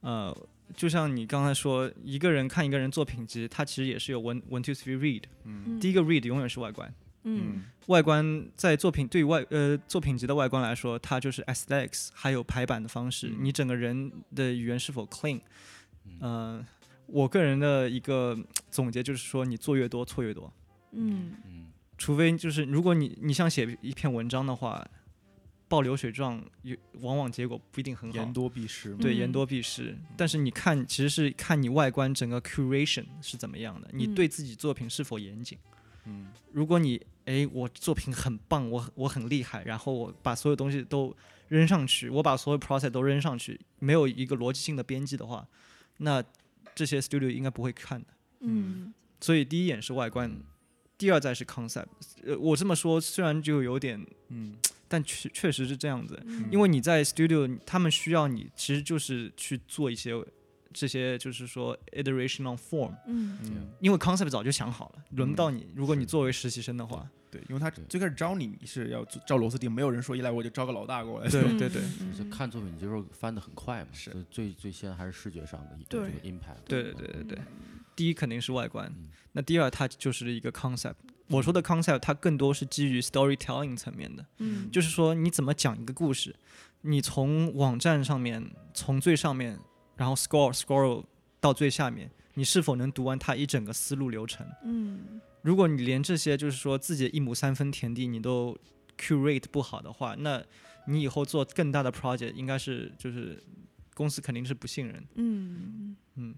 Speaker 5: 呃，就像你刚才说，一个人看一个人作品集，它其实也是有 one one two three read。
Speaker 4: 嗯
Speaker 5: 第一个 read 永远是外观，
Speaker 3: 嗯
Speaker 5: 外观在作品对于外呃作品集的外观来说，它就是 aesthetics，还有排版的方式，
Speaker 4: 嗯
Speaker 5: 你整个人的语言是否 clean。嗯、我个人的一个嗯总结就是说，你做越多错越多。
Speaker 3: 嗯
Speaker 2: 嗯
Speaker 5: 除非就是如果你你想写一篇文章的话，报流水账有往往结果不一定很好
Speaker 4: 言。多必失嘛。
Speaker 5: 对，
Speaker 3: 嗯
Speaker 5: 言多必失。但是你看，其实是看你外观整个 curation 是怎么样的，你
Speaker 3: 嗯
Speaker 5: 对自己作品是否严谨。
Speaker 4: 嗯
Speaker 5: 如果你诶，我作品很棒，我我很厉害，然后我把所有东西都扔上去，我把所有 process 都扔上去，没有一个逻辑性的编辑的话，那这些 studio 应该不会看的。
Speaker 3: 嗯
Speaker 5: 所以第一眼是外观，第二再是 concept。呃，我这么说虽然就有点，
Speaker 4: 嗯
Speaker 5: 但确确实是这样子，
Speaker 3: 嗯
Speaker 5: 因为你在 studio，他们需要你其实就是去做一些这些，就是说 iteration on form。
Speaker 3: 嗯
Speaker 4: 嗯，
Speaker 5: 因为 concept 早就想好了，轮不到你。如果你
Speaker 2: 是
Speaker 5: 作为实习生的话，
Speaker 4: 对，因为他最开始招你，你是要招螺丝钉，没有人说一来我就招个老大过来。
Speaker 5: 对对对
Speaker 3: 嗯
Speaker 2: 就看作品集时候翻的很快嘛，
Speaker 4: 是
Speaker 2: 就最最先还是视觉上的一
Speaker 3: 对
Speaker 2: 个这个 impact，
Speaker 5: 对对对对对
Speaker 3: 嗯，
Speaker 5: 第一肯定是外观
Speaker 2: 嗯，
Speaker 5: 那第二它就是一个 concept。我说的 concept 它更多是基于 storytelling 层面的，
Speaker 3: 嗯
Speaker 5: 就是说你怎么讲一个故事，你从网站上面从最上面，然后 scroll scroll 到最下面，你是否能读完它一整个思路流程。
Speaker 3: 嗯
Speaker 5: 如果你连这些就是说自己的一亩三分田地你都 curate 不好的话，那你以后做更大的 project 应该是就是公司肯定是不信任。
Speaker 3: 嗯
Speaker 5: 嗯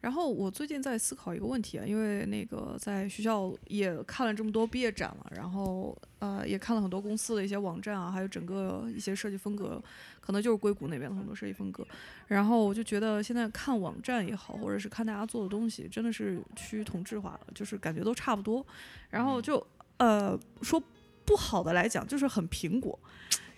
Speaker 3: 然后我最近在思考一个问题啊，因为那个在学校也看了这么多毕业展了，然后呃也看了很多公司的一些网站啊，还有整个一些设计风格，可能就是硅谷那边的很多设计风格。然后我就觉得现在看网站也好，或者是看大家做的东西，真的是趋于同质化了，就是感觉都差不多。然后就呃说不好的来讲，就是很苹果。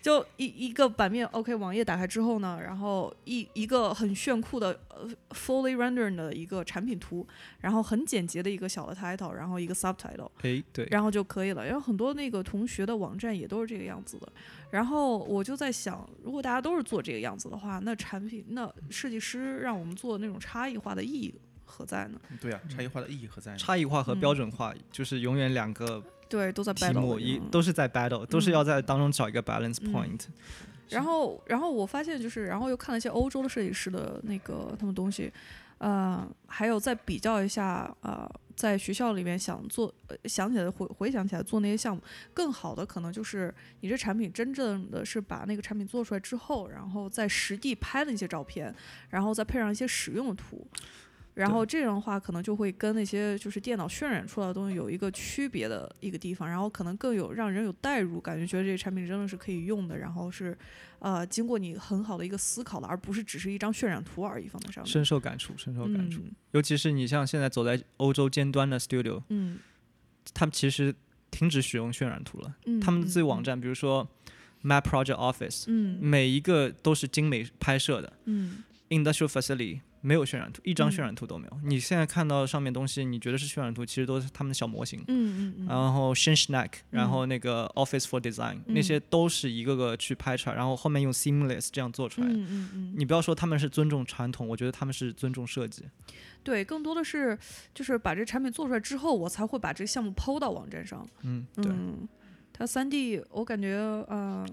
Speaker 3: 就一一个版面，OK，网页打开之后呢，然后一一个很炫酷的呃 fully rendered 的一个产品图，然后很简洁的一个小的 title，然后一个 subtitle，
Speaker 5: 诶，对，
Speaker 3: 然后就可以了。然后很多那个同学的网站也都是这个样子的。然后我就在想，如果大家都是做这个样子的话，那产品那设计师让我们做那种差异化的意义何在呢？
Speaker 4: 对啊，差异化的意义何在呢？
Speaker 5: 嗯差异化和
Speaker 3: 嗯
Speaker 5: 标准化、就是永远两个
Speaker 3: 对，都在
Speaker 5: 题
Speaker 3: battle 嗯
Speaker 5: 目
Speaker 3: 的
Speaker 5: 一
Speaker 3: 地方
Speaker 5: 都是在 battle，、都是
Speaker 3: 嗯
Speaker 5: 要在当中找一个 balance
Speaker 3: 嗯
Speaker 5: point。
Speaker 3: 然后，然后我发现就是，然后又看了一些欧洲的设计师的那个他们东西，呃，还有再比较一下，呃，在学校里面想做，呃、想起来回回想起来做那些项目，更好的可能就是你这产品真正的是把那个产品做出来之后，然后再实地拍了一些照片，然后再配上一些实用的图。然后这样的话，可能就会跟那些就是电脑渲染出来的东西有一个区别的一个地方，然后可能更有让人有代入感觉，觉得这个产品真的是可以用的，然后是呃，经过你很好的一个思考了，而不是只是一张渲染图而已放在上面。
Speaker 5: 深受感触，深受感触。
Speaker 3: 嗯
Speaker 5: 尤其是你像现在走在欧洲尖端的 studio，
Speaker 3: 嗯
Speaker 5: 他们其实停止使用渲染图了。
Speaker 3: 嗯，
Speaker 5: 他们
Speaker 3: 嗯
Speaker 5: 自己网，站，比如说 Map Project Office，、
Speaker 3: 嗯
Speaker 5: 每一个都是精美拍摄的
Speaker 3: 嗯
Speaker 5: industrial facility，没有渲染图，一张
Speaker 3: 嗯
Speaker 5: 渲染图都没有。你现在看到上面东西，你觉得是渲染图，其实都是他们的小模型。
Speaker 3: 嗯嗯嗯，
Speaker 5: 然后 s h i n s n a c k 然
Speaker 3: 嗯
Speaker 5: 后那个 Office for Design，、
Speaker 3: 嗯
Speaker 5: 那些都是一个个去拍出来，然后后面用 Seamless 这样做出来。
Speaker 3: 嗯嗯嗯，
Speaker 5: 你不要说他们是尊重传统，我觉得他们是尊重设计。
Speaker 3: 对，更多的是就是把这产品做出来之后，我才会把这个项目抛到网站上。
Speaker 5: 嗯，对。
Speaker 3: 嗯，它三 D 我感觉嗯。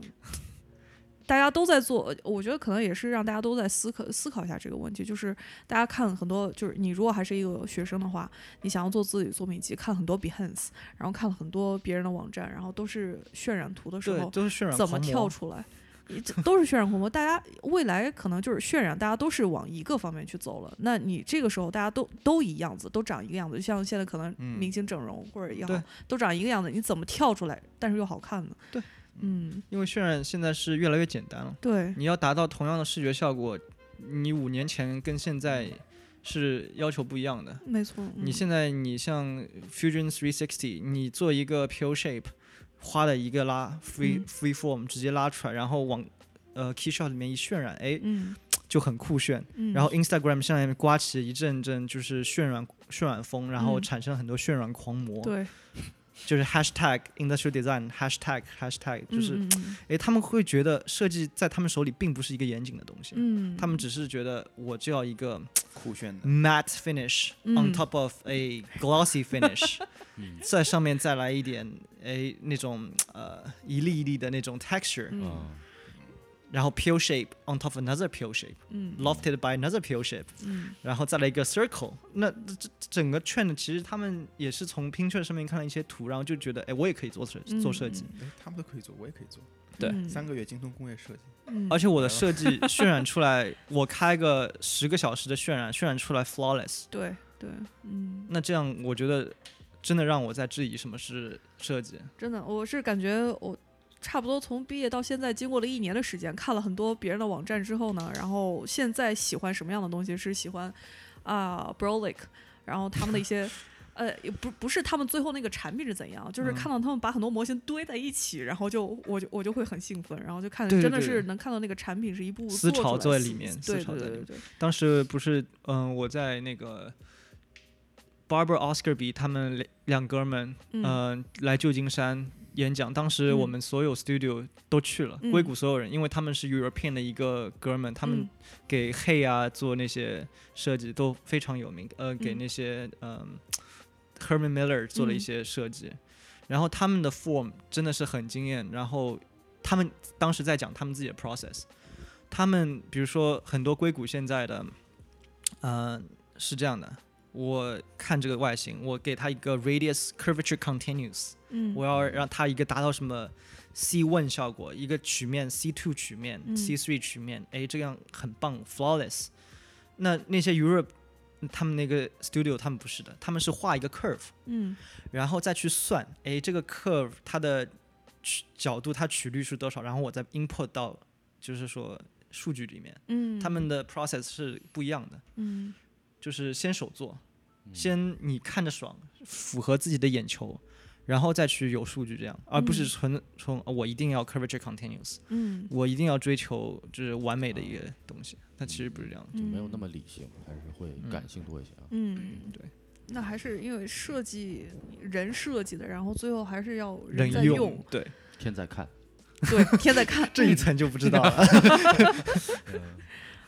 Speaker 3: 大家都在做，我觉得可能也是让大家都在思考思考一下这个问题。就是大家看很多，就是你如果还是一个学生的话，你想要做自己的作品集，看很多 Behance，然后看了很多别人的网站，然后都是渲染图的时
Speaker 5: 对，
Speaker 3: 候，
Speaker 5: 都是渲染
Speaker 3: 怎么
Speaker 5: 狂魔
Speaker 3: 跳出来？你这都是渲染狂魔，大家未来可能就是渲染，大家都是往一个方面去走了。那你这个时候大家都都一样子，都长一个样子，就像现在可能
Speaker 4: 嗯
Speaker 3: 明星整容或者也好，
Speaker 5: 对
Speaker 3: 都长一个样子，你怎么跳出来，但是又好看呢？
Speaker 5: 对，
Speaker 3: 嗯，
Speaker 5: 因为渲染现在是越来越简单了。
Speaker 3: 对，
Speaker 5: 你要达到同样的视觉效果，你五年前跟现在是要求不一样的。
Speaker 3: 没错。
Speaker 5: 你
Speaker 3: 嗯
Speaker 5: 现在你像 Fusion 360，你做一个 p u r e shape，花了一个拉 free、
Speaker 3: 嗯
Speaker 5: free form 直接拉出来，然后往呃 key shot 里面一渲染，哎，
Speaker 3: 嗯
Speaker 5: 就很酷炫。
Speaker 3: 嗯，
Speaker 5: 然后 Instagram 上面刮起一阵阵就是渲染渲染风，然后
Speaker 3: 嗯
Speaker 5: 产生很多渲染狂魔，
Speaker 3: 对，
Speaker 5: 就是 hashtag industrial design，hashtag hashtag，就是
Speaker 3: 嗯
Speaker 5: 哎、他们会觉得设计在他们手里并不是一个严谨的东西，
Speaker 3: 嗯，嗯
Speaker 5: 他们只是觉得我就要一个
Speaker 4: 酷炫的，
Speaker 5: matte finish
Speaker 3: 嗯
Speaker 5: on top of a glossy finish，、
Speaker 2: 嗯
Speaker 5: 在上面再来一点哎那种呃一粒一粒的那种 texture，、
Speaker 3: 嗯
Speaker 2: 啊，
Speaker 5: 然后 p u r e shape on top of another p u r e shape。
Speaker 3: 嗯
Speaker 5: Lofted by another p u r e shape，
Speaker 3: 嗯
Speaker 5: 然后再来一个 circle，那这这整个 trend 其实他们也是从 Pinterest 上面看到一些图，然后就觉得，哎，我也可以做设
Speaker 3: 嗯
Speaker 5: 做设计，
Speaker 3: 嗯
Speaker 4: 哎，他们都可以做，我也可以做。
Speaker 5: 对
Speaker 3: 嗯
Speaker 4: 三个月精通工业设计，
Speaker 3: 嗯
Speaker 5: 而且我的设计渲染出来，我开个 十个小时的渲染，渲染出来 flawless，
Speaker 3: 对对，嗯。
Speaker 5: 那这样我觉得真的让我在质疑什么是设计。
Speaker 3: 真的，我是感觉我差不多从毕业到现在，经过了一年的时间，看了很多别人的网站之后呢，然后现在喜欢什么样的东西是喜欢啊、b r o l i c 然后他们的一 些。呃，也不不是他们最后那个产品是怎样，就是
Speaker 5: 嗯
Speaker 3: 看到他们把很多模型堆在一起，然后就我就我就会很兴奋，然后就看
Speaker 5: 对对
Speaker 3: 真的
Speaker 5: 对
Speaker 3: 是
Speaker 5: 对
Speaker 3: 能看到那个产品是一步步做
Speaker 5: 思
Speaker 3: 出
Speaker 5: 潮
Speaker 3: 来
Speaker 5: 在
Speaker 3: 思
Speaker 5: 里面思
Speaker 3: 对
Speaker 5: 潮
Speaker 3: 对
Speaker 5: 在
Speaker 3: 对
Speaker 5: 里
Speaker 3: 对
Speaker 5: 面
Speaker 3: 对，
Speaker 5: 当时不是，嗯、我在那个 Barbara Oscar B 他们两两哥们，
Speaker 3: 嗯
Speaker 5: 呃，来旧金山演讲，当时我
Speaker 3: 嗯
Speaker 5: 们所有 studio 都去了，
Speaker 3: 嗯
Speaker 5: 硅谷所有人，因为他们是 European 的一个哥们，他们
Speaker 3: 嗯
Speaker 5: 给 Hey 啊做那些设计都非常有名，呃，给
Speaker 3: 嗯
Speaker 5: 那些嗯、Herman Miller 做了一
Speaker 3: 嗯
Speaker 5: 些设计，然后他们的 form 真的是很惊艳，然后他们当时在讲他们自己的 process，他们比如说很多硅谷现在的，呃，是这样的，我看这个外形，我给它一个 radius curvature continuous，
Speaker 3: 嗯，
Speaker 5: 我要让它一个达到什么 C one 效果，一个曲面 C two 曲面、
Speaker 3: 嗯
Speaker 5: C three 曲面，哎，这样很棒，flawless。那那些 Europe 他们那个 studio 他们不是的，他们是画一个 curve，
Speaker 3: 嗯
Speaker 5: 然后再去算，哎，这个 curve 它的曲角度它曲率是多少，然后我再 input 到就是说数据里面，
Speaker 3: 嗯，
Speaker 5: 他们的 process 是不一样的，
Speaker 3: 嗯
Speaker 5: 就是先手做，先你看着爽，符合自己的眼球。然后再去有数据这样，而不是
Speaker 3: 嗯
Speaker 5: 纯从、哦我一定要 curvature continuous，
Speaker 3: 嗯
Speaker 5: 我一定要追求就是完美的一个东西，它其实不是这样的。
Speaker 2: 就没有那
Speaker 3: 嗯
Speaker 2: 么理性，还是会
Speaker 5: 嗯
Speaker 2: 感性多一些啊。
Speaker 3: 嗯
Speaker 5: 对，
Speaker 3: 那还是因为设计人设计的，然后最后还是要
Speaker 5: 人
Speaker 3: 在
Speaker 5: 用对
Speaker 2: 天在看，
Speaker 3: 对，天在看
Speaker 5: 这一
Speaker 3: 嗯
Speaker 5: 层就不知道了。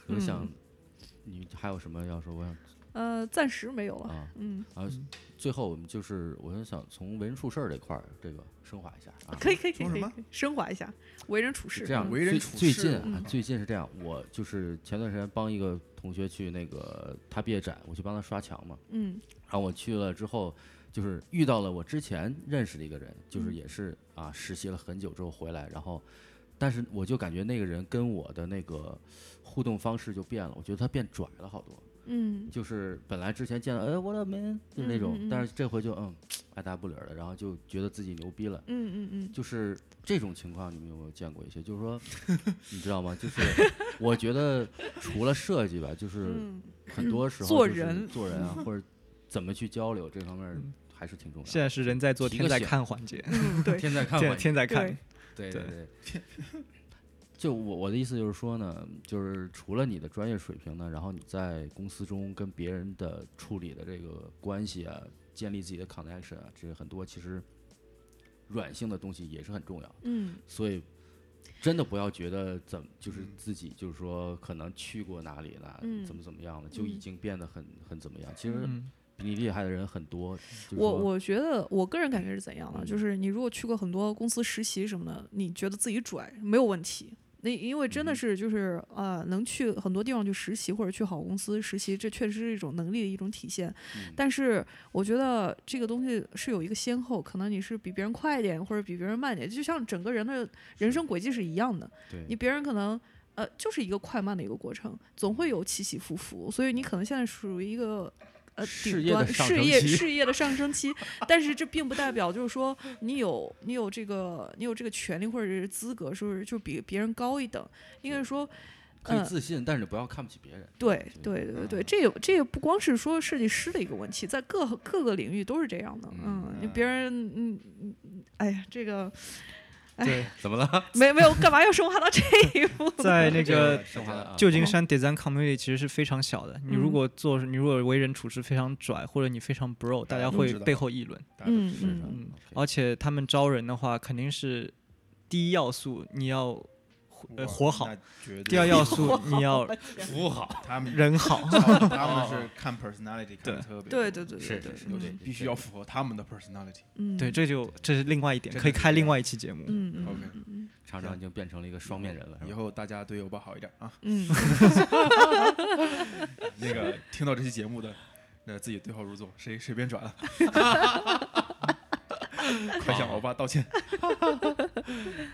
Speaker 2: 我想
Speaker 3: 嗯
Speaker 2: 你还有什么要说？我想
Speaker 3: 呃，暂时没有了，
Speaker 2: 啊，
Speaker 3: 嗯，
Speaker 2: 啊，最后我们就是，我就想从为人处事儿这块儿这个升华一下啊。
Speaker 3: 可以可以可以
Speaker 4: 从
Speaker 3: 可
Speaker 4: 什
Speaker 3: 以
Speaker 4: 么
Speaker 3: 可以升华一下，为人处事
Speaker 2: 这样，
Speaker 3: 嗯
Speaker 4: 为人
Speaker 2: 最
Speaker 4: 处
Speaker 2: 最
Speaker 4: 事
Speaker 2: 近啊，
Speaker 3: 嗯
Speaker 2: 最近是这样，我就是前段时间帮一个同学去那个他毕业展，我去帮他刷墙嘛。
Speaker 3: 嗯
Speaker 2: 然后我去了之后，就是遇到了我之前认识的一个人，就是
Speaker 3: 嗯
Speaker 2: 也是啊，实习了很久之后回来，然后，但是我就感觉那个人跟我的那个互动方式就变了，我觉得他变拽了好多，
Speaker 3: 嗯
Speaker 2: 就是本来之前见到哎 what up man 就是那种，
Speaker 3: 嗯嗯嗯
Speaker 2: 但是这回就嗯爱答不理儿的，然后就觉得自己牛逼了。
Speaker 3: 嗯嗯嗯
Speaker 2: 就是这种情况，你们有没有见过一些？就是说，你知道吗？就是我觉得除了设计吧，就是
Speaker 3: 嗯，
Speaker 2: 很多时候
Speaker 3: 做
Speaker 2: 就是
Speaker 3: 人
Speaker 2: 做人 啊，或者怎么去交流这方面儿
Speaker 5: 嗯
Speaker 2: 还是挺重要
Speaker 5: 现
Speaker 2: 的。
Speaker 5: 在是人在做
Speaker 2: 提
Speaker 5: 天
Speaker 2: 个
Speaker 5: 在
Speaker 2: 醒
Speaker 5: 看环节，
Speaker 3: 嗯 对，
Speaker 2: 天在看
Speaker 5: 天
Speaker 2: 天，
Speaker 5: 天在看
Speaker 3: 对，
Speaker 2: 对
Speaker 5: 对
Speaker 2: 对。就我我的意思就是说呢，就是除了你的专业水平呢，然后你在公司中跟别人的处理的这个关系啊，建立自己的 connection 啊，这些很多其实软性的东西也是很重要的。
Speaker 3: 嗯
Speaker 2: 所以真的不要觉得怎么就是
Speaker 4: 嗯
Speaker 2: 自己就是说可能去过哪里了，
Speaker 3: 嗯
Speaker 2: 怎么怎么样了，就已
Speaker 3: 嗯
Speaker 2: 经变得很很怎么样。其实
Speaker 5: 嗯
Speaker 2: 比你厉害的人很多。就是
Speaker 3: 我
Speaker 2: 说
Speaker 3: 我觉得我个人感觉是怎样的？就
Speaker 2: 嗯
Speaker 3: 是你如果去过很多公司实习什么的，你觉得自己拽没有问题。那因为真
Speaker 2: 嗯
Speaker 3: 的
Speaker 2: 哼
Speaker 3: 是就是呃，能去很多地方去实习或者去好公司实习，这确实是一种能力的一种体现。
Speaker 2: 嗯
Speaker 3: 但是我觉得这个东西是有一个先后，可能你是比别人快一点，或者比别人慢一点，就像整个人的人生轨迹是一样的。
Speaker 2: 对
Speaker 3: 你别人可能呃就是一个快慢的一个过程，总会有起起伏伏，所以你可能现在属于一个。呃，
Speaker 2: 事
Speaker 3: 顶
Speaker 2: 业的
Speaker 3: 端
Speaker 2: 上
Speaker 3: 事
Speaker 2: 升
Speaker 3: 业
Speaker 2: 期
Speaker 3: 事业的上升期，但是这并不代表就是说你有你有这个你有这个权利或者是资格，是不是就比别人高一等？应该是说，
Speaker 2: 可以
Speaker 3: 嗯
Speaker 2: 自信，但是不要看不起别人。
Speaker 3: 对
Speaker 2: 就
Speaker 3: 对对对，这也这也不光是说设计师的一个问题，在各各个领域都是这样的。
Speaker 2: 嗯
Speaker 3: 嗯，你别人嗯嗯，哎呀，这个
Speaker 5: 对，
Speaker 2: 怎么了？
Speaker 3: 没没有干嘛要升华到这一步呢？
Speaker 5: 在那
Speaker 2: 这
Speaker 5: 个
Speaker 2: 升华了啊
Speaker 5: 旧金山 design community 其实是非常小的。你如
Speaker 3: 哦嗯
Speaker 5: 果做，你如果为人处事非常拽，或者你非常 bro，大
Speaker 4: 大家
Speaker 5: 家
Speaker 4: 都
Speaker 5: 会
Speaker 4: 知道
Speaker 5: 背后议论。
Speaker 4: 大家都
Speaker 3: 嗯
Speaker 2: 是是
Speaker 5: 嗯而
Speaker 4: 哦
Speaker 2: 而
Speaker 5: 且他们招人的话，肯定是第一要素你要呃活好，，第二要 素你要
Speaker 4: 服务好，他们
Speaker 5: 人好。
Speaker 4: 他们是看 personality 看
Speaker 5: 对
Speaker 4: 的特别
Speaker 3: 对对对对
Speaker 2: 是
Speaker 3: 对，
Speaker 2: 是
Speaker 4: 有点
Speaker 3: 嗯
Speaker 4: 必须要符合他们的 personality。
Speaker 3: 嗯，
Speaker 5: 对，这就这是另外一点，
Speaker 4: 真的
Speaker 5: 可以
Speaker 4: 是
Speaker 5: 开
Speaker 4: 这
Speaker 5: 另
Speaker 4: 样
Speaker 5: 外一期节目。
Speaker 3: 嗯嗯
Speaker 4: OK
Speaker 3: 嗯
Speaker 2: 厂长已经变成了一个双面人了，
Speaker 4: 以
Speaker 2: 是吧
Speaker 4: 后大家对欧巴好一点啊。
Speaker 3: 嗯，
Speaker 4: 那个听到这期节目的，那自己对号入座，谁谁编转了， 快向欧巴道歉。
Speaker 2: 行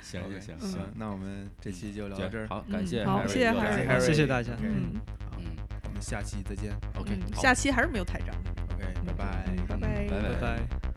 Speaker 2: 行
Speaker 4: OK，
Speaker 2: 行
Speaker 3: 嗯
Speaker 4: 行，那我们这期就聊到
Speaker 2: 行
Speaker 4: 这儿，
Speaker 2: 好，
Speaker 3: 嗯
Speaker 2: 感谢 Harry
Speaker 3: 好
Speaker 2: 做的，
Speaker 3: 谢谢 Harry
Speaker 4: 感谢
Speaker 5: 好谢谢大家
Speaker 4: OK，
Speaker 3: 嗯
Speaker 2: 嗯
Speaker 4: 我们下期再见。
Speaker 2: ，OK，
Speaker 3: 嗯
Speaker 2: 好
Speaker 3: 下期还是没有台长，
Speaker 5: 嗯
Speaker 4: OK，拜拜。
Speaker 3: 拜拜
Speaker 2: 拜
Speaker 5: 拜拜。